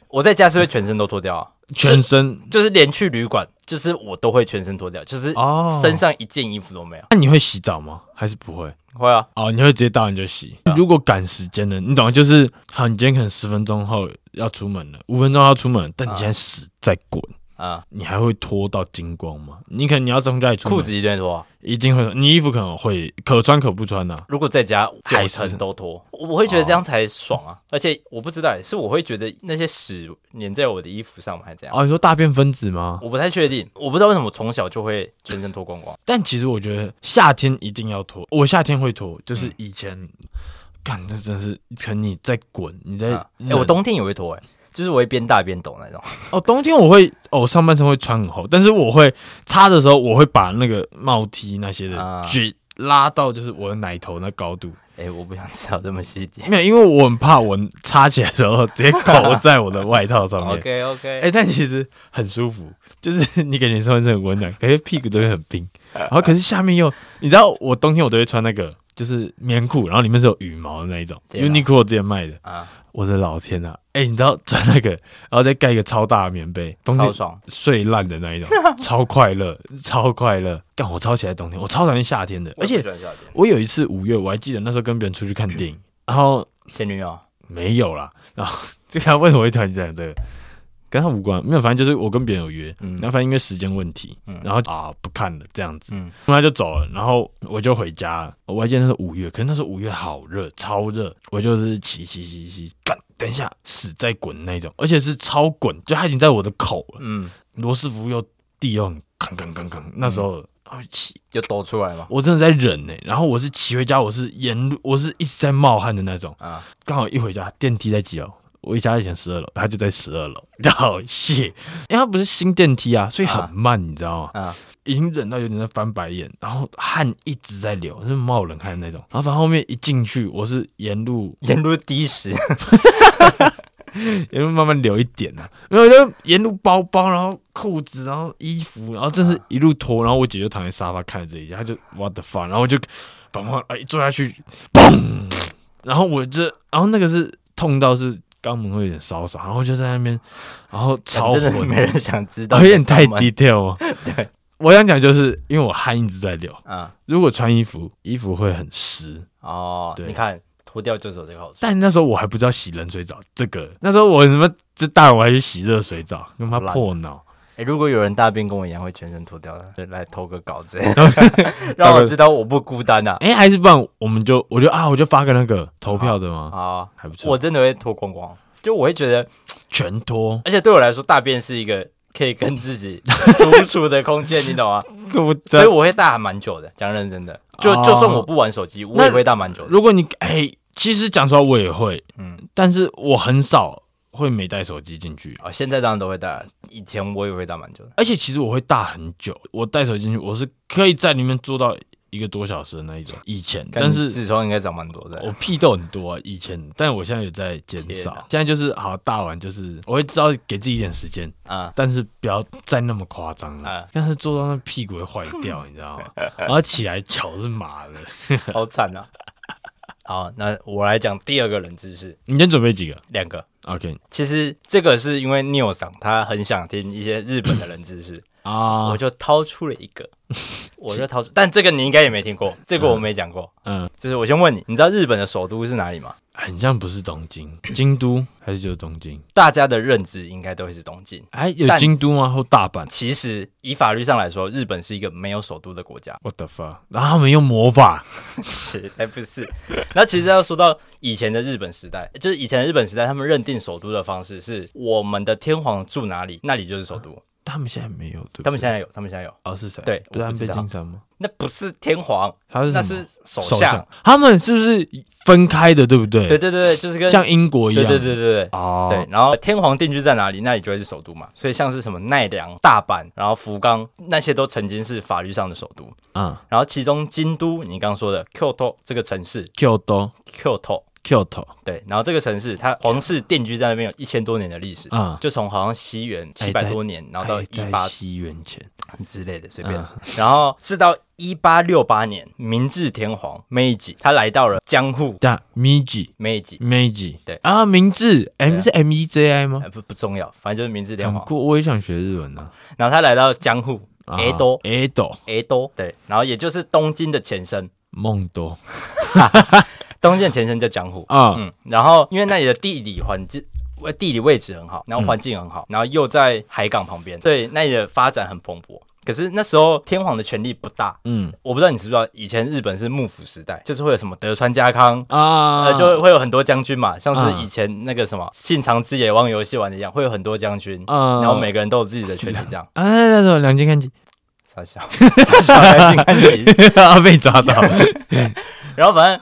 S2: 我在家是会全身都脱掉、啊，
S1: 全身
S2: 就是连去旅馆，就是我都会全身脱掉，就是
S1: 哦
S2: 身上一件衣服都没有。
S1: 那你会洗澡吗？还是不会？
S2: 会啊，
S1: 哦，你会直接倒完就洗。
S2: 嗯
S1: 如果赶时间呢，你懂吗？就是好，你今天可能十分钟后要出门了，五分钟后要出门了，但你现在屎在滚，
S2: 啊、
S1: 你还会拖到精光吗？你可能你要从家里出门
S2: 裤子一定会脱啊、
S1: 一定会，你衣服可能会可穿可不穿呐、啊。
S2: 如果在家九
S1: 还是
S2: 成都脱，我会觉得这样才爽
S1: 哦
S2: 啊！而且我不知道，是我会觉得那些屎粘在我的衣服上吗，还是怎样？
S1: 哦，你说大便分子吗？
S2: 我不太确定，我不知道为什么我从小就会全身脱光光。
S1: 但其实我觉得夏天一定要脱，我夏天会脱，
S2: 嗯
S1: 就是以前，干、这真的是，可能你在滚，你在、
S2: 啊哎、我冬天也会脱，哎，就是我会边大边抖那种。
S1: 哦，冬天我会哦，上半身会穿很厚，但是我会擦的时候，我会把那个帽 T 那些
S2: 啊
S1: 的举、拉到就是我的奶头那高度，
S2: 哎、我不想知道这么细 节。
S1: 没有，因为我很怕我擦起来的时候直接扣在我的外套上 面。
S2: OK OK，
S1: 哎、但其实很舒服，就是你感觉上半身很温暖，可是屁股都会很 冰，
S2: 啊
S1: 然后可是下面又，你知道我冬天我都会穿那个就是棉裤，然后里面是有羽毛的那一种
S2: 天啊
S1: ，Uniqlo 之前卖的，
S2: 啊，
S1: 我的老天呐、啊！哎、你知道穿那个，然后再盖一个超大的棉被，冬天
S2: 超爽。
S1: 睡烂的那 一种，超快乐，超快乐。干，我超喜欢冬天，我超讨厌夏天的。而
S2: 我也
S1: 且
S2: 不喜欢夏天，
S1: 我有一次五月，我还记得那时候跟别人出去看电影，然后
S2: 前女啊友
S1: 没有啦， 啊然后就看为什么会突然讲这个，跟他无关，没有，反正就是我跟别人有约，
S2: 嗯
S1: 然后反正因为时间问题
S2: 嗯，
S1: 然后啊不看了这样子，
S2: 嗯
S1: 后来就走了，然后我就回家了。我还记得那是五月，可是那时候五月好热，超热，我就是骑骑骑骑，干，等一下屎在滚那种，而且是超滚，就它已经在我的口了。
S2: 嗯，
S1: 罗斯福又地又很吭吭吭吭，那时
S2: 嗯
S1: 候啊骑，
S2: 就抖出来嘛。
S1: 我真的在忍呢、欸然后我是骑回家，我是沿路我是一直在冒汗的那种。
S2: 啊，
S1: 刚好一回家，电梯在几楼？我一家以前十二楼，他就在十二楼， 然后谢，因为它不是新电梯啊，所以很慢，你知道吗？
S2: 啊
S1: 已经忍到有点在翻白眼，然后汗一直在流，就是冒冷汗那种。然后反正后面一进去，我是沿路
S2: 沿路滴屎，
S1: 沿路慢慢流一点啊，没有就沿路包包，然后裤子，然后衣服，然后真
S2: 啊
S1: 是一路脱。然后我姐就躺在沙发看着这一下，她就 what the fuck，然后我就把猫哎坐下去，砰，然后我这，然后那个是痛到是肛门会有点烧伤，然后就在那边，然后 超
S2: 真的
S1: 混，哦
S2: 没人想知道。
S1: 有点太
S2: 低
S1: detail 哦。
S2: 对，
S1: 我想讲就是因为我汗一直在流。
S2: 啊。
S1: 如果穿衣服，衣服会很湿。
S2: 哦，
S1: 对
S2: 你看脱掉就是有这个好处。
S1: 但那时候我还不知道洗冷水澡这个，那时候我什么就大人我还去洗热水澡，跟他
S2: 好烂
S1: 破脑。
S2: 哎、如果有人大便跟我一样会全身脱掉的，就来投个 稿子， 让我知道我不孤单啊呐、
S1: 哎、还是不然我们就我就啊，我就发个那个嗯投票的
S2: 啊！
S1: 吗？
S2: 啊，
S1: 还不错，
S2: 我真的会脱光光，就我会觉得，
S1: 全脱，
S2: 而且对我来说，大便是一个可以跟 自己独处的空间，你懂吗？
S1: 可不
S2: 所以
S1: 真。
S2: 我会大蛮久的，讲认真的，就
S1: 哦
S2: 就算我不玩手机，我也会大蛮久的。
S1: 如果你哎、其实讲实话我也会，
S2: 嗯，
S1: 但是我很少会没带手机进去，啊
S2: 哦，现在当然都会大，以前我也会大蛮久的。
S1: 而且其实我会大很久。我带手机进去，我是可以在里面坐到一个多小时的那一种。以前，但
S2: 看
S1: 是
S2: 你痔疮应该长蛮多的
S1: 我，屁都很多、啊，以前，但我现在有在减
S2: 天
S1: 少
S2: 哪。
S1: 现在就是好大完，就是我会知道给自己一点时间，
S2: 啊
S1: 但是不要再那么夸张
S2: 啊
S1: 了。但是做到那屁 股会坏掉，你知道吗？然后起来脚是麻的，
S2: 好惨啊！ 好，那我来讲第二个冷知识，
S1: 你先准备几个
S2: 两个。
S1: ？OK
S2: 其实这个是因为 Neil 桑他很想听一些日本的冷知识，
S1: 啊
S2: 我就掏出了一 个，我就掏出，但这个你应该也没听过，这个我没讲过。
S1: 嗯，
S2: 就是我先问你，你知道日本的首都是哪里吗？
S1: 很像不是东京，京都还是就是东京？
S2: 大家的认知应该都会是东京。
S1: 哎，有
S2: 但
S1: 京都吗？或大阪
S2: 其实以法律上来说，日本是一个没有首都的国家，
S1: ？What the fuck？然后他们用魔法，
S2: 是才哎不是？那其实要说到以前的日本时代，就是以前的日本时代，他们认定首都的方式是我们的天皇住哪里，那里就是首都。
S1: 他们现在没有，对不对
S2: 他们现在有，他们现在有，
S1: 哦是谁？
S2: 对
S1: 不是
S2: 我
S1: 安
S2: 不
S1: 倍
S2: 知道
S1: 晋三吗？
S2: 那不是天皇，
S1: 他是
S2: 那
S1: 什么
S2: 是首
S1: 首
S2: 相。，
S1: 他们是不是分开的，对不对？
S2: 对对对，对就是跟
S1: 像英国一
S2: 对
S1: 样。
S2: 对对对对。
S1: 哦，
S2: 对，然后天皇定居在哪里，那里就会是首都嘛。所以像是什么奈良、大阪，然后福冈那些都曾经是法律上的首都。
S1: 嗯
S2: 然后其中京都，你刚说的 Kyoto 这个城市
S1: ，Kyoto
S2: ，Kyoto
S1: Kyoto，
S2: 对，然后这个城市它皇室定居在那边有一千多年的历史，
S1: 嗯
S2: 就从好像西元
S1: 哎
S2: 七百
S1: 在
S2: 多年，然后到
S1: 哎
S2: 一
S1: 在
S2: 八
S1: 西元前，
S2: 之类的随便
S1: 嗯，
S2: 然后是到一八六八年明治天皇 Meiji 他来到了江户
S1: 但 Meiji
S2: Meiji，
S1: Meiji
S2: 对
S1: 啊，明治 M
S2: 啊
S1: 是 M E J I 吗
S2: 呃？不不重要，反正就是明治天
S1: 很
S2: 皇，
S1: 酷，我也想学日文呢。
S2: 然后他来到江户
S1: 啊
S2: Edo
S1: Edo
S2: Edo 对，然后也就是东京的前身，
S1: 梦多
S2: 东京的前身叫江户，
S1: 啊，
S2: 嗯，然后因为那里的地理环境。呃地理位置很好，
S1: 嗯
S2: 然后环境很好，然后又在海港旁边，对那里的发展很蓬勃。可是那时候天皇的权力不大，
S1: 嗯
S2: 我不知道你知不知道，以前日本是幕府时代，就是会有什么德川家康，
S1: 啊
S2: 呃，，就会有很多将军嘛，像
S1: 啊
S2: 是以前那个什么《信长之野望》游戏玩的一样，会有很多将军，
S1: 啊
S2: 然后每个人都有自己的权利，这样。
S1: 啊，那种两斤看 鸡
S2: 傻笑，傻笑，来进看齐。
S1: 啊被抓 到，
S2: 然后反正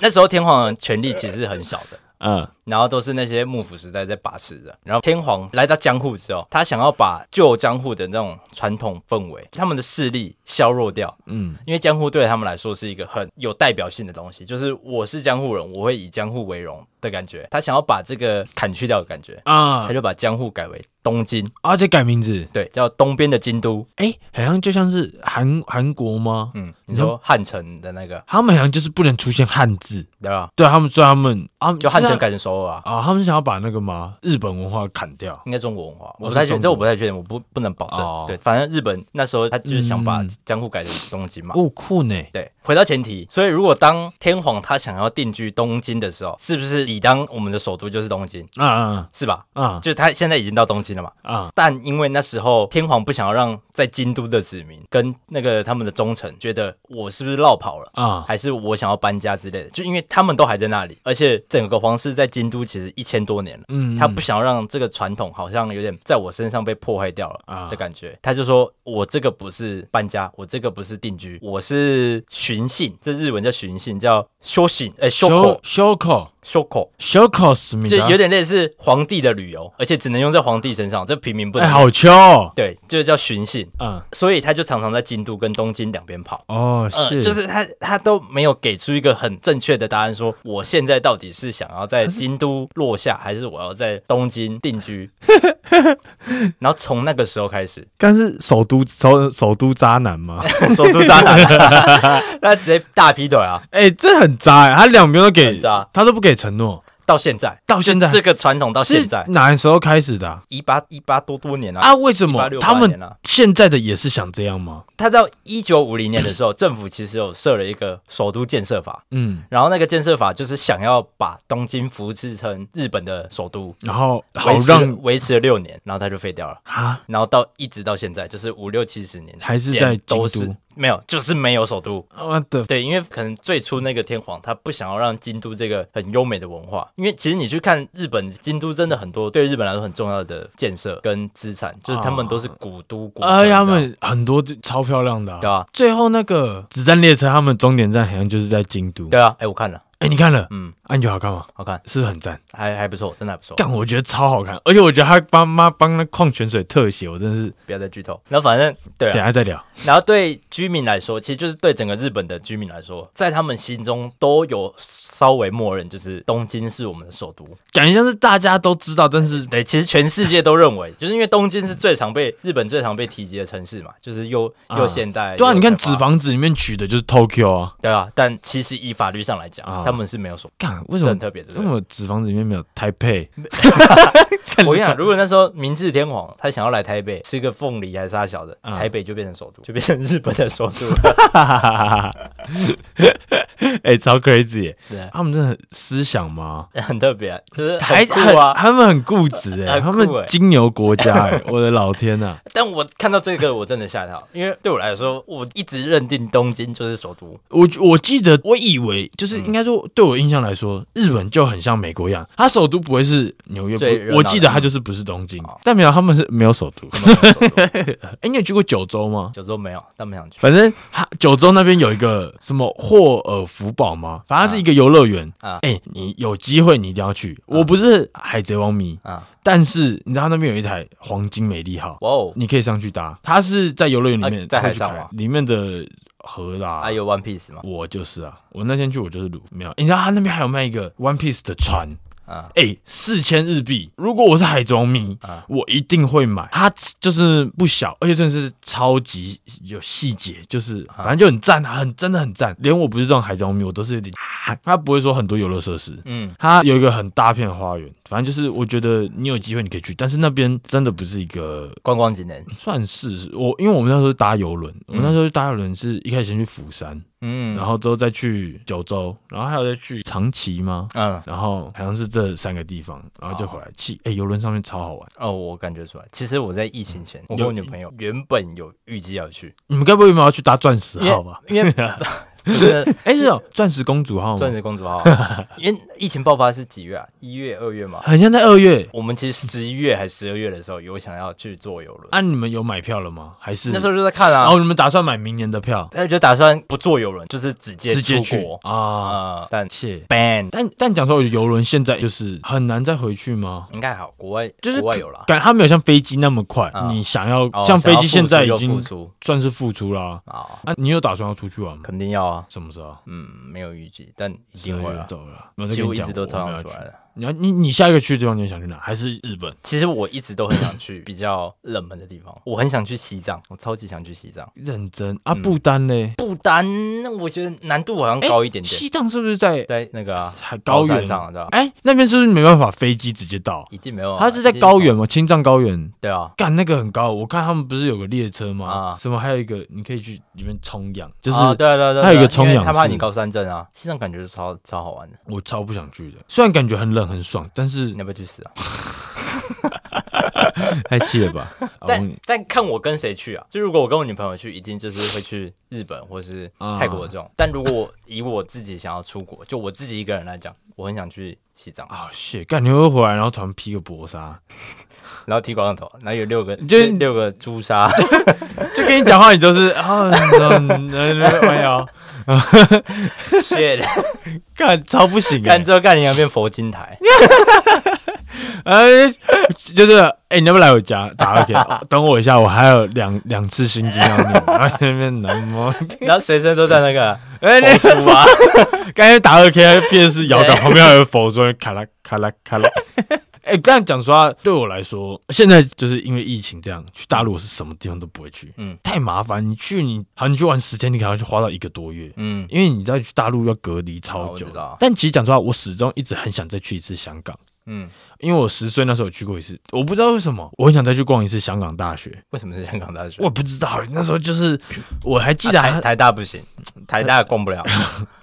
S2: 那时候天皇的权力其实很小的，
S1: 嗯
S2: 然后都是那些幕府时代在把持着。然后天皇来到江户之后，他想要把旧江户的那种传统氛围，他们的势力削弱掉，
S1: 嗯
S2: 因为江户对他们来说是一个很有代表性的东西，就是我是江户人，我会以江户为荣的感觉。他想要把这个砍去掉的感觉，
S1: 啊
S2: 他，就把江户改为东京，
S1: 而且改名字，
S2: 对，叫东边的京都。
S1: 哎，好像就像是韩韩国吗？
S2: 嗯，你说汉城的那个
S1: 他们好像就是不能出现汉字，
S2: 对吧？
S1: 对他们，所以他们啊，
S2: 就汉城
S1: 改
S2: 改成首尔啊，
S1: 啊，他们想要把那个吗日本文化砍掉，
S2: 应该中国文化，我
S1: 哦
S2: 不太确定，
S1: 是中国
S2: 这我不太确定，我不不能保证。
S1: 哦
S2: 对，反正日本那时候他就是想把
S1: 嗯
S2: 江户改成东京嘛。
S1: 哦酷呢，
S2: 对，回到前提，所以如果当天皇他想要定居东京的时候，是不是理当我们的首都就是东京，
S1: 啊啊
S2: 是吧？
S1: 啊
S2: 就是他现在已经到东京了嘛，
S1: 啊
S2: 但因为那时候天皇不想要让在京都的子民跟那个他们的忠臣觉得我是不是落跑了。
S1: 啊，
S2: 还是我想要搬家之类的，就因为他们都还在那里，而且整个皇室在京都其实一千多年了，
S1: 嗯，
S2: 他不想要让这个传统好像有点在我身上被破坏掉
S1: 啊
S2: 了的感觉，他就说我这个不是搬家，我这个不是定居，我是寻衅，这日文叫寻衅，叫修行，哎、修口
S1: 修修口
S2: 修口，
S1: 修口思密
S2: 就
S1: 达
S2: 有点类似皇帝的旅游，而且只能用在皇帝身上，这平民不
S1: 哎
S2: 能。
S1: 好秋哦，
S2: 对，就是叫寻衅，
S1: 嗯
S2: 所以他就常常在京都跟东京两边跑。
S1: 哦
S2: 呃，
S1: 是
S2: 就是他他都没有给出一个很正确的答案，说我现在到底是想 要在京都落下，还是我要在东京 定居？然后从那个时候开始，
S1: 但是首都首首都渣男吗？
S2: 首都渣男， 他直接大劈腿啊！
S1: 哎，这很渣哎，他两边都给
S2: 很渣，
S1: 他都不给承诺，
S2: 到现在，
S1: 到现在
S2: 这个传统到
S1: 是
S2: 现在
S1: 哪时候开始的啊？
S2: 一八一八多多年啊，
S1: 啊为什么
S2: 1868
S1: 他
S2: 年
S1: 们
S2: 啊
S1: 现在的也是想这样吗？
S2: 他到一九五零年的 时候，政府其实有设了一个首都建设法，
S1: 嗯，
S2: 然后那个建设法就是想要把东京扶持成日本的首都，
S1: 然后好
S2: 维持了
S1: 让
S2: 维持了六年，然后它就废掉了。
S1: 啊
S2: 然后到一直到现在，就是五六七十年间，
S1: 还是在京都
S2: 都是没有，就是没有首都。
S1: 我的
S2: 对，因为可能最初那个天皇他不想要让京都这个很优美的文化，因为其实你去看日本京都真的很多对日本来说很重要的建设跟资产，就是他们都是古都古城，
S1: 哎，他
S2: 你知道吗
S1: 们很多就超漂亮的、
S2: 对啊
S1: 最后那个子弹列车，他们终点站好像就是在京都。
S2: 对啊，哎，我看了，
S1: 哎、你看了，
S2: 嗯，
S1: 啊，你觉得好看吗？
S2: 好看，
S1: 是不是很赞？
S2: 还还不错，真的还不错，
S1: 干，我觉得超好看，而且我觉得他帮妈帮那矿泉水特写，我真的是，
S2: 不要再剧透。然后反正对啊
S1: 等一，下再聊。
S2: 然后对居民来说，其实就是对整个日本的居民来说，在他们心中都有稍微默认，就是东京是我们的首都。
S1: 感觉像是大家都知道，但是
S2: 对，其实全世界都认为， 就是因为东京是最常被日本最常被提及的城市嘛，就是又
S1: 啊
S2: 又现代。
S1: 对啊，
S2: 又
S1: 你看《
S2: 开
S1: 纸
S2: 发
S1: 房子》里面取的就是 Tokyo 啊，
S2: 对啊，但其实以法律上来讲，
S1: 啊
S2: 他们是没有锁，
S1: 干为什么
S2: 真的？特别
S1: 为
S2: 对不
S1: 什
S2: 对？
S1: 么纸房子里面没有台 配？ 看
S2: 我跟你
S1: 这
S2: 讲，如果那时候明治天皇他想要来台北吃个凤梨还是啥小的，
S1: 嗯
S2: 台北就变成首都，就变成日本的首都 了。
S1: 哎、超 crazy！耶、
S2: 对，
S1: 他们真的很思想吗？
S2: 很特别，啊就是
S1: 还
S2: 很酷啊！
S1: 他们很固执哎、
S2: 很
S1: 他
S2: 酷
S1: 们
S2: 欸
S1: 金牛国家哎、我的老天呐、
S2: 但我看到这个我真的吓到，因为对我来说，我一直认定东京就是首都。
S1: 我我记得我以为
S2: 嗯
S1: 就是应该说，对我印象来说，日本就很像美国一样，它首都不会是纽约，
S2: 最热闹
S1: 不
S2: 的
S1: 我记得它就是不是东京
S2: 哦，
S1: 但没有他们是没有首都。 哎、你有去过九州 吗？
S2: 九州没有，但不想去
S1: 反正它九州那边有一个什么霍尔福堡吗？反正它是一个游乐园。
S2: 啊
S1: 哎、你有机会你一定要去。
S2: 嗯
S1: 我不是海贼王迷，
S2: 啊！
S1: 但是你知道那边有一台黄金美丽号，
S2: 哇哦，
S1: 你可以上去搭。它是在游乐园里面、
S2: 啊在海
S1: 会去
S2: 上
S1: 开
S2: 吗啊
S1: 里面的河啦。
S2: 还有 One Piece 吗？
S1: 我就是啊，我那天去我就是卤没有。你知道他那边还有卖一个 One Piece 的船，
S2: 啊，
S1: 哎、四千日币。如果我是海中迷，
S2: 啊
S1: 我一定会买。它就是不小，而且真的是超级有细节，就是
S2: 啊
S1: 反正就很赞啊，很真的很赞。连我不是这种海中迷，我都是有点啊。它不会说很多游乐设施。
S2: 嗯，
S1: 它有一个很大片的花园，反正就是我觉得你有机会你可以去，但是那边真的不是一个
S2: 观光景点，
S1: 算是我，因为我们那时候是搭游轮，我们那时候搭游轮是一开始先去釜山，
S2: 嗯，
S1: 然后之后再去九州，然后还有再去长崎吗？
S2: 嗯，
S1: 然后好像是这三个地方，然后就回来。去，哎，游轮上面超好玩。
S2: 哦，我感觉出来。其实我在疫情前，我跟我女朋友原本有预计 要去，
S1: 你们该不会没有要去搭钻石号吧？
S2: 因为就是
S1: 哎，是哦， 钻石公主号吗
S2: 钻？石公主号，因为疫情爆发是几月啊？一月、二月嘛。
S1: 很像在二月。
S2: 我们其实十一月还是十二月的时候有想要去坐游轮，
S1: 啊，你们有买票了吗？还是
S2: 那时候就在看啊
S1: 哦，，你们打算买明年的票，
S2: 但是就打算不坐游轮，就是直接
S1: 直接
S2: 出
S1: 去
S2: 国
S1: 啊？
S2: 啊、但
S1: 谢。
S2: ban
S1: 但但讲说，游轮现在就是很难再回去吗？
S2: 应该还好，国外
S1: 就是
S2: 国外有啦。
S1: 感它没有像飞机那么快
S2: 啊，
S1: 你想要
S2: 哦
S1: 像飞机
S2: 想
S1: 现
S2: 要
S1: 在已
S2: 复苏就
S1: 经
S2: 复苏
S1: 算是复出啦。
S2: 啊，
S1: 啊，你有打算要出去玩吗？
S2: 肯定要啊，
S1: 什么时候？
S2: 嗯，没有预计，但一定会
S1: 12月
S2: 啊。
S1: 走了。我
S2: 其
S1: 这
S2: 实
S1: 个
S2: 我一直都超
S1: 想
S2: 想出来。的。
S1: 你要你你下一个去的地方你想去哪？还是日本？
S2: 其实我一直都很想去比较冷门的地方，我很想去西藏，我超级想去西藏。
S1: 认真啊，
S2: 嗯
S1: 不丹嘞？
S2: 不丹，我觉得难度好像
S1: 哎
S2: 高一点点，
S1: 西藏是不是在
S2: 在那个啊
S1: 还高
S2: 山
S1: 原
S2: 上啊，对吧？
S1: 哎，那边是不是没办法飞机直接到？
S2: 一定没有啊，
S1: 它是
S2: 一
S1: 在
S2: 定
S1: 高
S2: 是
S1: 原吗？青藏高原？
S2: 对啊，
S1: 干那个很高，我看他们不是有个列车吗？
S2: 啊
S1: 什么还有一个你可以去里面冲氧，就是
S2: 啊对啊对啊对啊，
S1: 它有一个
S2: 对啊
S1: 冲
S2: 因为
S1: 氧
S2: 他怕
S1: 室
S2: 你高山症啊。西藏感觉是超超好玩的，
S1: 我超不想去的。虽然感觉很冷很爽，但是
S2: 你要不要去死啊？
S1: 太气了 吧？啊我
S2: 但但看我跟谁去啊，就如果我跟我女朋友去，一定就是会去日本或是泰国这
S1: 啊
S2: 种。但如果我以我自己想要出国，就我自己一个人来讲，我很想去西藏，
S1: 啊，谢干你会不会回来，然后突然披个薄纱，
S2: 然后剃光头，然后有六个
S1: 就是
S2: 六个朱 砂，
S1: 就跟你讲话，你就是啊，没有，
S2: shit，
S1: 干超不行哎
S2: 干，之后干你要变佛经台，
S1: 哎，就是哎，你要不要来我家打 OK？等我一下，我还有两两次心经要念，然后那边南无，
S2: 然后随身都在那个
S1: 哎，你
S2: 佛珠啊，
S1: 刚才打 OK，变是摇杆旁边还有佛桌，咔啦咔啦咔 啦。哎，刚才讲实话，对我来说，现在就是因为疫情这样，去大陆我是什么地方都不会去，
S2: 嗯
S1: 太麻烦。你去你好，你去玩十天，你可能要去花到一个多月，
S2: 嗯，
S1: 因为你再去大陆要隔离
S2: 啊
S1: 超
S2: 我
S1: 久
S2: 知道。
S1: 但其实讲实话，我始终一直很想再去一次香港，
S2: 嗯，
S1: 因为我十岁那时候有去过一次，我不知道为什么，我很想再去逛一次香港大学。
S2: 为什么是香港大学？
S1: 我也不知道那时候就是，我还记
S2: 啊
S1: 得
S2: 台
S1: 还
S2: 台大不行，台大逛不了，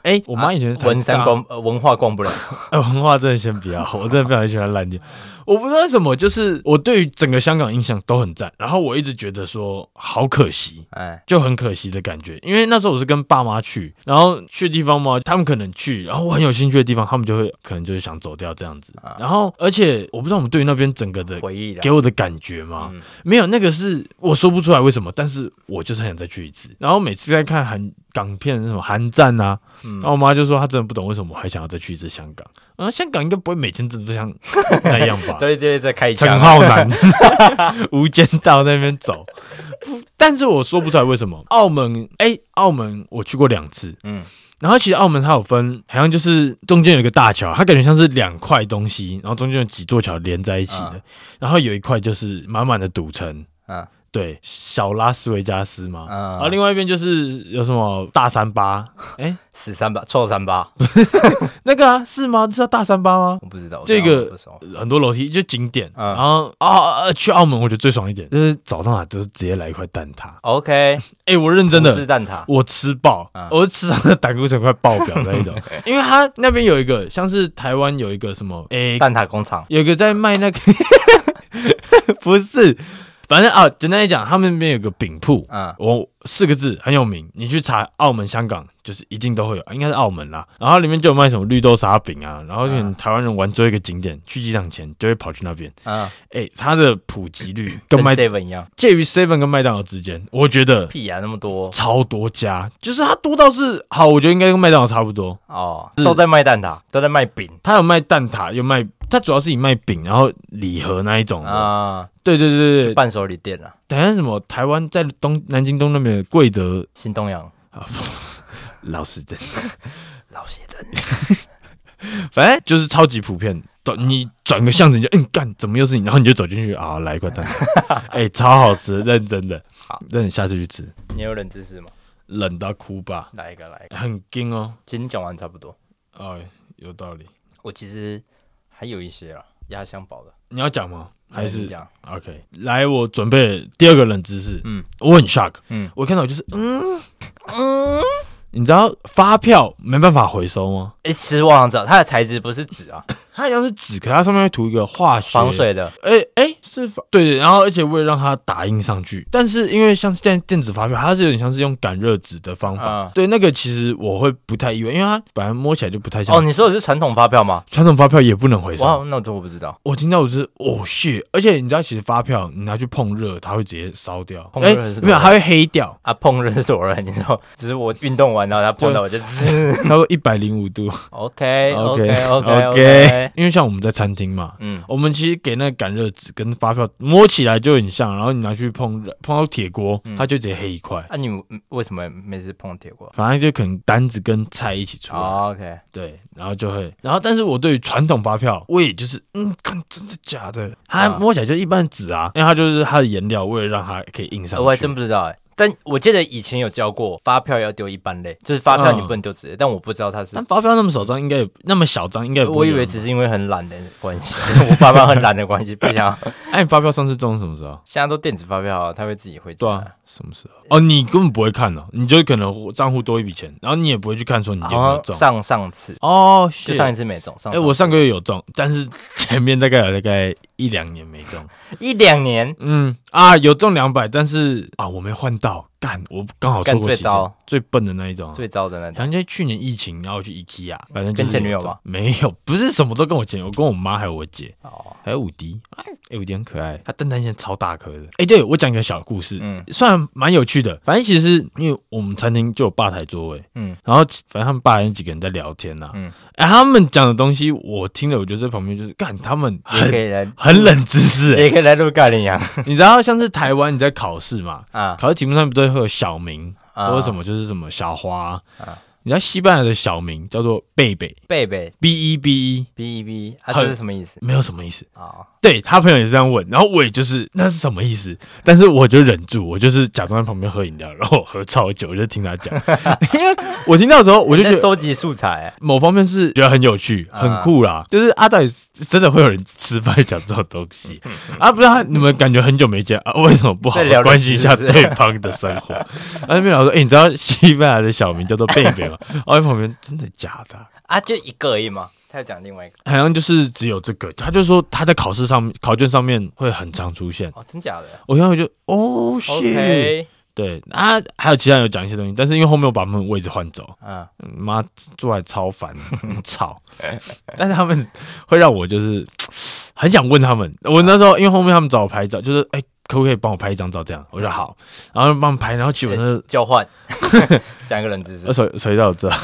S1: 哎、 我妈以前是台大
S2: 文山逛呃文化逛不了，
S1: 哎文化真的先 不要，我真的非常喜欢烂掉。我不知道为什么，就是我对于整个香港印象都很赞，然后我一直觉得说好可惜，
S2: 哎，
S1: 就很可惜的感觉，因为那时候我是跟爸妈去，然后去地方嘛，他们可能去，然后我很有兴趣的地方，他们就会可能就是想走掉这样子。
S2: 啊
S1: 然后，而且我不知道我们对于那边整个的
S2: 回忆的
S1: 给，我的感觉嘛，
S2: 嗯
S1: 没有那个是我说不出来为什么，但是我就是很想再去一次。然后每次在看韩港片什么韩战啊，
S2: 嗯
S1: 然后我妈就说她真的不懂为什么我还想要再去一次香港。啊，香港应该不会每天真的像 那样 吧？
S2: 对对对，开
S1: 陈
S2: 枪啊，
S1: 浩南 《无间道》那边走，不，但是我说不出来为什么。澳门，哎、澳门我去过两次，
S2: 嗯
S1: 然后其实澳门它有分，好像就是中间有一个大桥，它感觉像是两块东西，然后中间有几座桥连在一起的，
S2: 嗯
S1: 然后有一块就是满满的赌城，
S2: 嗯
S1: 对小拉斯维加斯嘛，
S2: 嗯
S1: 然后啊另外一边就是有什么大三八，哎、
S2: 死三八，臭三八，
S1: 那个啊是吗？这叫大三八吗？
S2: 我不知道
S1: 这个
S2: 不熟
S1: 很多楼梯就景点，
S2: 嗯
S1: 然后啊、啊去澳门我觉得最爽一点，就是早上啊，就是直接来一块蛋挞，
S2: OK，
S1: 哎、我认 真
S2: 是
S1: 的，
S2: 蛋挞，
S1: 我吃爆，
S2: 嗯
S1: 我是吃到那胆固醇快爆表那一 种，因为他那边有一个像是台湾有一个什么，哎、
S2: 蛋挞工厂，
S1: 有一个在卖那个， 不是，反正啊，简单来讲，他们那边有个饼铺，
S2: 嗯
S1: 我四个字很有名，你去查澳门、香港，就是一定都会有，应该是澳门啦。然后里面就有卖什么绿豆沙饼啊，然后就
S2: 啊
S1: 台湾人玩最后一个景点，去机场前就会跑去那边。
S2: 嗯，
S1: 哎、它的普及率跟
S2: 跟
S1: 麦
S2: seven 一样，
S1: 介于 seven 跟麦当劳之间，我觉得
S2: 屁呀、那么多
S1: 超多家，就是它多到是好，我觉得应该跟麦当劳差不多。
S2: 哦，都在卖蛋挞，都在卖饼
S1: 它有卖蛋挞，有卖，它主要是以卖饼，然后礼盒那一种的。
S2: 啊，
S1: 对对对对，
S2: 伴手礼店啊，
S1: 等一下什么台湾在东南京东那边的贵德
S2: 新东阳
S1: 老师真，
S2: 老写真，
S1: 反正就是超级普遍。转你转个巷子你就嗯干，怎么又是你？然后你就走进去啊，来一块蛋挞， 哎、超好吃，认真的
S2: 好，
S1: 那你下次去吃，
S2: 你有冷知识吗？
S1: 冷到哭吧，
S2: 来一个，来一个，
S1: 很惊哦，
S2: 今天讲完差不多，
S1: 哦，有道理。
S2: 我其实还有一些啊，压箱宝的，
S1: 你要讲吗？还是
S2: 讲
S1: OK？来，我准备第二个冷知识，
S2: 嗯
S1: 我很 shock，
S2: 嗯
S1: 我看到我就是嗯嗯，你知道发票没办法回收吗？
S2: 哎、其实我好像知道它的材质不是纸啊，
S1: 它好像是纸，可它上面会涂一个化学
S2: 防水的，
S1: 哎、哎、是发对对，然后而且为了让它打印上去，但是因为像是电电子发票，它是有点像是用感热纸的方法，
S2: 嗯
S1: 对那个其实我会不太意外，因为它本来摸起来就不太像。
S2: 哦，你说的是传统发票吗？
S1: 传统发票也不能回
S2: 哇
S1: 收，，
S2: 那这我不知道，
S1: 我听到我是哦 shit，而且你知道，其实发票你拿去碰热，它会直接烧掉，
S2: 碰热
S1: 哎
S2: 是
S1: 没有，
S2: 多热
S1: 它会黑掉，
S2: 啊，碰热是多热，你知道，只是我运动完然后它碰到我就滋。
S1: 差不多一百零五度。
S2: OK OK OK
S1: OK
S2: OK，
S1: 因为像我们在餐厅嘛，
S2: 嗯，
S1: 我们其实给那个感热纸跟发票摸起来就很像，然后你拿去碰热，碰到铁锅，
S2: 嗯
S1: 它就直接黑一块。
S2: 啊，你嗯为什么每次碰铁锅？
S1: 反正就可能单子跟菜一起出来，
S2: 哦 OK，
S1: 对，然后就会，然后但是我对于传统发票，我也就是，嗯，看真的假的，它
S2: 啊
S1: 摸起来就一般的纸啊，因为它就是它的颜料，为了让它可以印上去。
S2: 我还真不知道哎。但我记得以前有教过，发票要丢一般类，就是发
S1: 嗯
S2: 票你不能丢纸类，但我不知道它是
S1: 但，发票那么少张，应该也那么小张，应该也不
S2: 我
S1: 会
S2: 以
S1: 有
S2: 为
S1: 人
S2: 只是因为很懒的关系，我爸妈很懒的关系，不想。
S1: 哎，你发票上次中什么时候？
S2: 现在都电子发票啊，他会自己汇进
S1: 对
S2: 来。
S1: 啊，什么时候？哦，你根本不会看哦，你就可能账户多一笔钱，然后你也不会去看说你有没有
S2: 好
S1: 中
S2: 像。上上次
S1: 哦，
S2: 就上一
S1: 次，
S2: 次没中，上
S1: 哎，我上个月有中，但是前面大概有大概一两年没中。
S2: 一两年
S1: 嗯啊，有中两百，但是啊，我没换到，干，我刚好错
S2: 干
S1: 过
S2: 最
S1: 期
S2: 糟
S1: 限最笨的那一种、啊。
S2: 最糟的那
S1: 好
S2: 种，
S1: 像就去年疫情，然后我去 IKEA，反正就是
S2: 跟前女友
S1: 有中
S2: 吗？
S1: 没有，不是什么都跟我前，我跟我妈还有我姐，
S2: 哦，
S1: 还有五迪。哎、哎五迪很可爱，它蛋蛋现在超大颗的。哎、对我讲一个小故事，
S2: 嗯
S1: 虽然蛮有趣的，反正其实因为我们餐厅就有吧台座位，
S2: 嗯
S1: 然后反正他们吧台那几个人在聊天呐、
S2: 嗯，
S1: 哎、他们讲的东西我听了，我就在旁边就是干，他们
S2: 也可
S1: 很
S2: 以来，
S1: 很冷知 识、哎
S2: 也可以来录盖领羊
S1: 你知道像是台湾你在考试嘛，
S2: 啊，
S1: 考试题目上面不都会有小名、
S2: 啊
S1: 或者什么，就是什么小花。
S2: 啊
S1: 你知道西班牙的小名叫做贝贝
S2: 贝贝
S1: B E B E，
S2: B E B 啊，
S1: 很
S2: 这是什么意思
S1: 没有什么意思。
S2: 啊？
S1: 对他朋友也是这样问，然后我也就是那是什么意思？但是我就忍住，我就是假装在旁边喝饮料，然后我喝超久，我就听他讲。 因为我听到的时候，我
S2: 我
S1: 就觉
S2: 在
S1: 得
S2: 收集素材，
S1: 某方面是觉得很有趣、
S2: 啊
S1: 很酷啦。就是阿到底真的会有人失败讲这种东西啊？不知道你们感觉很久没见啊，为什么不好
S2: 在聊
S1: 好
S2: 人
S1: 关心一下
S2: 是不是
S1: 对方的生活？ 啊，那边老师说，哎、你知道西班牙的小名叫做贝贝吗？我在旁边真的假的啊、
S2: 啊，就一个而已嘛。他要讲另外一个
S1: 好像就是只有这个，他就说他在考试上面、考卷上面会很常出现。
S2: 哦，真假的
S1: 我现在就哦谢，
S2: ？OK，
S1: 对啊，还有其他人有讲一些东西，但是因为后面我把他们位置换走，
S2: 嗯，
S1: 嗯妈坐来超 烦，很吵。但是他们会让我就是很想问他们，我那时候因为后面他们找我拍照，就是哎、可不可以帮我拍一张照这样，我说好，然后帮我拍，然后去我 那
S2: 交换， 讲一个冷知识
S1: 呃，谁谁到这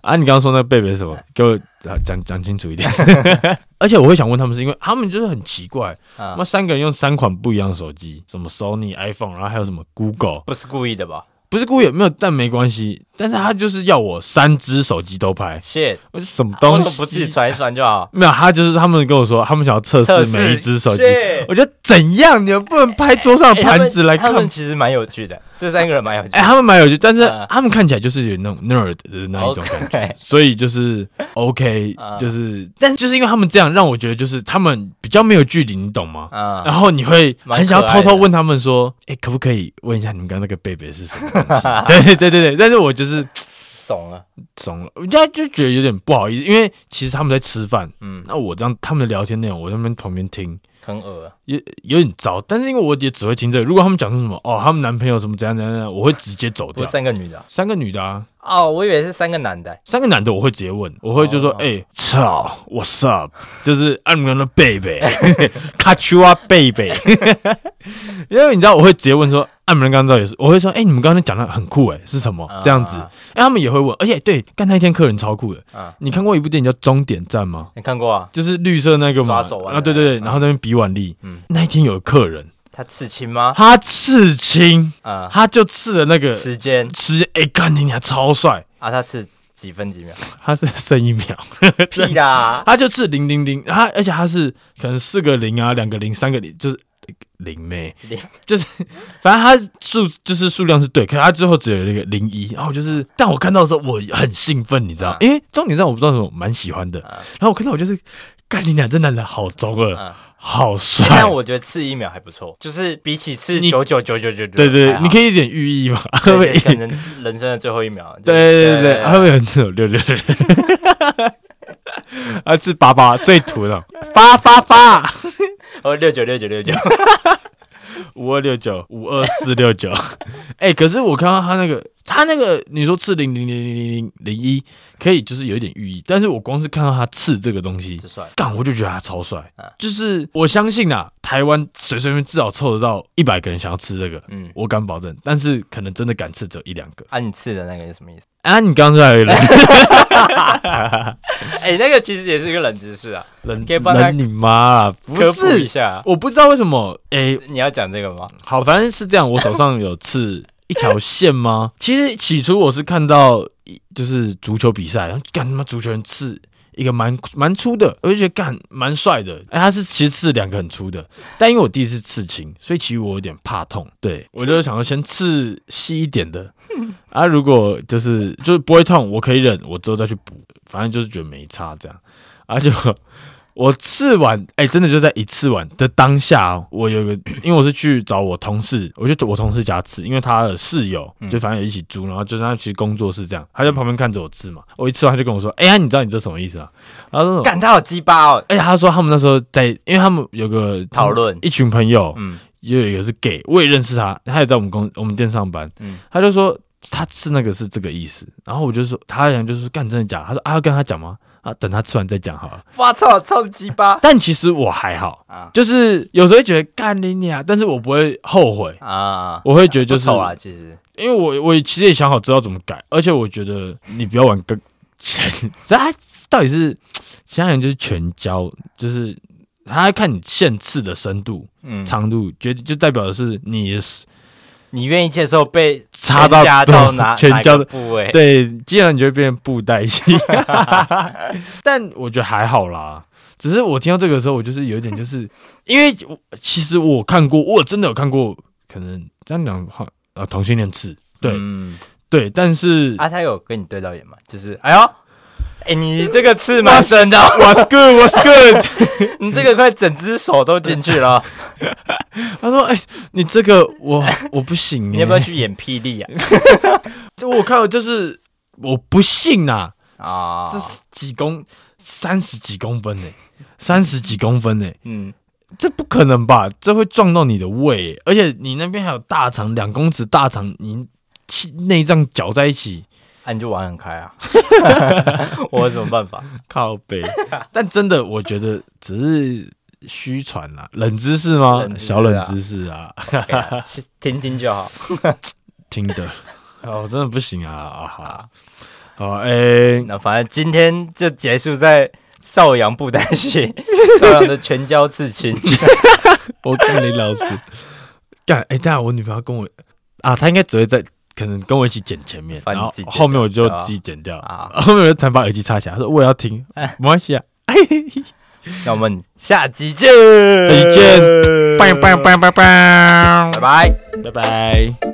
S1: 啊？你刚刚说那贝贝是 什么？给我啊讲讲清楚一点。 而且我会想问他们，是因为他们就是很奇怪，
S2: 啊
S1: 那、，三个人用三款不一样的手机，什么 Sony、iPhone，然后还有什么 Google，
S2: 不是故意的吧？
S1: 不是故意，没有，但没关系。但是他就是要我三只手机都拍，
S2: shit，
S1: 我说什么
S2: 为
S1: 东
S2: 什么
S1: 西？
S2: 不自己传一传就好？
S1: 没有，他就是他们跟我说，他们想要测
S2: 测
S1: 试
S2: 试
S1: 每一只手机。
S2: shit
S1: 我觉得怎样，你们不能拍桌上的
S2: 哎他
S1: 盘
S2: 们
S1: 子来
S2: 他
S1: 看？
S2: 们其实蛮有趣的，这三个人蛮有趣的。
S1: 哎、他们蛮有趣，但是
S2: 嗯
S1: 他们看起来就是有那种 nerd 的那一种感觉。
S2: OK，
S1: 所以就是 OK，
S2: 嗯
S1: 就是，但是就是因为他们这样，让我觉得就是他们比较没有距离，你懂吗？然
S2: 嗯，
S1: 后你会
S2: 蛮
S1: 很想要
S2: 可
S1: 偷
S2: 爱
S1: 偷
S2: 的
S1: 问他们说，哎、可不可以问一下你们刚刚那个贝贝是什么东西？对 对对对，但是我就是
S2: 怂了，
S1: 怂了，人家就觉得有点不好意思，因为其实他们在吃饭，
S2: 嗯，
S1: 那我这样他们的聊天内容，我在那边旁边听，
S2: 很恶
S1: 有有点糟。但是因为我也只会听这个，如果他们讲出什么哦，他们男朋友什么怎样怎样，怎样，我会直接走
S2: 不
S1: 掉
S2: 是。三个女的啊
S1: 三个女的啊，
S2: 哦，我以为是三个男的。
S1: 三个男的我会直接问，我会就说：“
S2: 哦
S1: 哎、操，What's up？” 就是 I'm gonna baby，卡 丘啊 baby。因为你知道我会直接问说：“啊，你们刚刚到底是？”我会说：“哎、你们刚刚讲的很酷哎、是什么？”这样子，
S2: 嗯
S1: 哎、他们也会问。而且对，刚那一天客人超酷的。
S2: 嗯
S1: 你看过一部电影叫《终点站》吗？
S2: 你看过啊？
S1: 就是绿色那个嘛，
S2: 抓手腕的
S1: 啊，对对对，
S2: 嗯
S1: 然后在那边比腕力。
S2: 嗯，
S1: 那一天有个客人，
S2: 他刺青吗？
S1: 他刺青，
S2: 啊，
S1: 他就刺了那个
S2: 时间
S1: 吃，哎、看你俩超帅，
S2: 啊，他刺几分几 秒？
S1: 他是剩一秒。
S2: 屁 啦！
S1: 他就是零零零，他而且他是可能四个零啊，两个零，三个零，就是零妹，
S2: 零
S1: 就是反正他数就是数量是对，可是他最后只有那个零一，然后就是，但我看到的时候我很兴奋，你知道，
S2: 啊
S1: 因为重点上我不知道为什么，我蛮喜欢的，
S2: 啊
S1: 然后我看到我就是，干你俩这男的好中二，
S2: 嗯，
S1: 好帅，
S2: 但我觉得刺一秒还不错，就是比起刺
S1: 你
S2: 九九九九九九，
S1: 对对
S2: 还
S1: 对，
S2: 好
S1: 你可以一点寓意嘛，会
S2: 对
S1: 不会
S2: 对可能人生的最后一秒，就是
S1: 对对对，他会有这种六六六， 啊是八八最土的八八八。
S2: 哦六九六九 六九，
S1: 五二六九五二四六九。 哎，可是我看到他那个，他那个你说刺零零零零零零零一，可以就是有一点寓意，但是我光是看到他刺这个东西
S2: 这，帅，
S1: 干我就觉得他超帅
S2: 啊。
S1: 就是我相信啦，台湾随随便至少凑得到一百个人想要吃这个。
S2: 嗯，
S1: 我敢保证，但是可能真的敢吃只有一两个。
S2: 啊，你刺的那个是什么意 思？
S1: 啊，你刚才 有人
S2: 哎，那个其实也是一个冷知识啊，
S1: 人
S2: 可以帮他
S1: 人你妈啊！不
S2: 科普一
S1: 是，
S2: 下，
S1: 我不知道为什么，哎、
S2: 你要讲这个吗？
S1: 好，反正是这样，我手上有刺一条线吗？ 其实起初我是看到一就是足球比赛，然后干他妈足球人刺一个蛮蛮粗的，我就觉得干蛮帅的。哎、他是其实刺两个很粗的，但因为我第一次刺青，所以其实我有点怕痛。对我就想说先刺细一点的，啊，如果就是就是不会痛，我可以忍，我之后再去补，反正就是觉得没差这样，啊就。我刺完，哎、真的就在一刺完的当下哦、我有一个，因为我是去找我同事，我就我同事家刺，因为他的室友
S2: 嗯
S1: 就反正有一起租，然后就是他其实工作室这样，他在旁边看着我刺嘛，我一刺完他就跟我说，哎、呀，你知道你这什么意思啊？然后说，
S2: 干他好鸡巴哦，
S1: 而且他说他们那时候在，因为他们有个
S2: 讨论
S1: 一群朋友，
S2: 嗯
S1: 也有一个是 gay，我也认识他，他也在我们公我们店上班，
S2: 嗯
S1: 他就说他吃那个是这个意思，然后我就说他讲就是干真的假的，他说啊要跟他讲吗？啊等他吃完再讲好了。
S2: 哇操，超鸡巴
S1: 但其实我还好，
S2: 啊
S1: 就是有时候会觉得干你娘，但是我不会后悔，
S2: 啊，
S1: 我会觉得就是
S2: 不丑啊，其实
S1: 因为我我其实也想好知道怎么改，而且我觉得你不要玩跟 全，他到底是想想就是全交，就是他看你线刺的深度、
S2: 嗯，
S1: 长度，决定就代表的是你的
S2: 你愿意接受被
S1: 插到
S2: 全家到哪
S1: 全
S2: 哪
S1: 交
S2: 个部位？
S1: 对，基本上你就会变布袋 戏， 但我觉得还好啦。只是我听到这个的时候，我就是有一点，就是因为我其实我看过，我真的有看过，可能这样讲的话，啊，同性恋刺，对、
S2: 嗯
S1: 对，但是、
S2: 啊，他有跟你对到眼吗？就是哎呦，哎你这个刺蛮深的哦，
S1: What's good? What's good?
S2: 你这个快整只手都进去了哦，
S1: 他说：“哎、你这个我我不行、
S2: 你要不要去演霹雳啊？
S1: 就 我看了就是我不信呐、
S2: 啊，
S1: 这是几公三十几公分呢、欸三十几公分呢、欸
S2: 嗯，
S1: 这不可能吧？这会撞到你的胃耶，而且你那边还有大肠，两公尺大肠，你气内脏搅在一 起，
S2: 啊你就玩很开啊，我有什么办法？
S1: 靠 背。但真的，我觉得只是虚传啦，冷知识吗？
S2: 冷知识啊
S1: 小冷知识啊，
S2: 对啊听听就好。
S1: 听 的。哦，真的不行啊啊！好
S2: 好，
S1: 好，诶、
S2: 那反正今天就结束在邵阳布袋戏，邵阳的全交刺青。
S1: 哎我跟林老师干，诶、等一下我女朋友跟我啊，她应该只会在可能跟我一起剪前面，
S2: 反
S1: 然
S2: 正
S1: 后
S2: 自己剪掉
S1: 后面我就自己剪掉，
S2: 啊，
S1: 后面我就才把耳机插起来，他说我也要听，
S2: 哎
S1: 没关系啊，
S2: 那我们下集见，呃
S1: 下集见，拜拜拜拜拜
S2: 拜拜。
S1: 拜拜。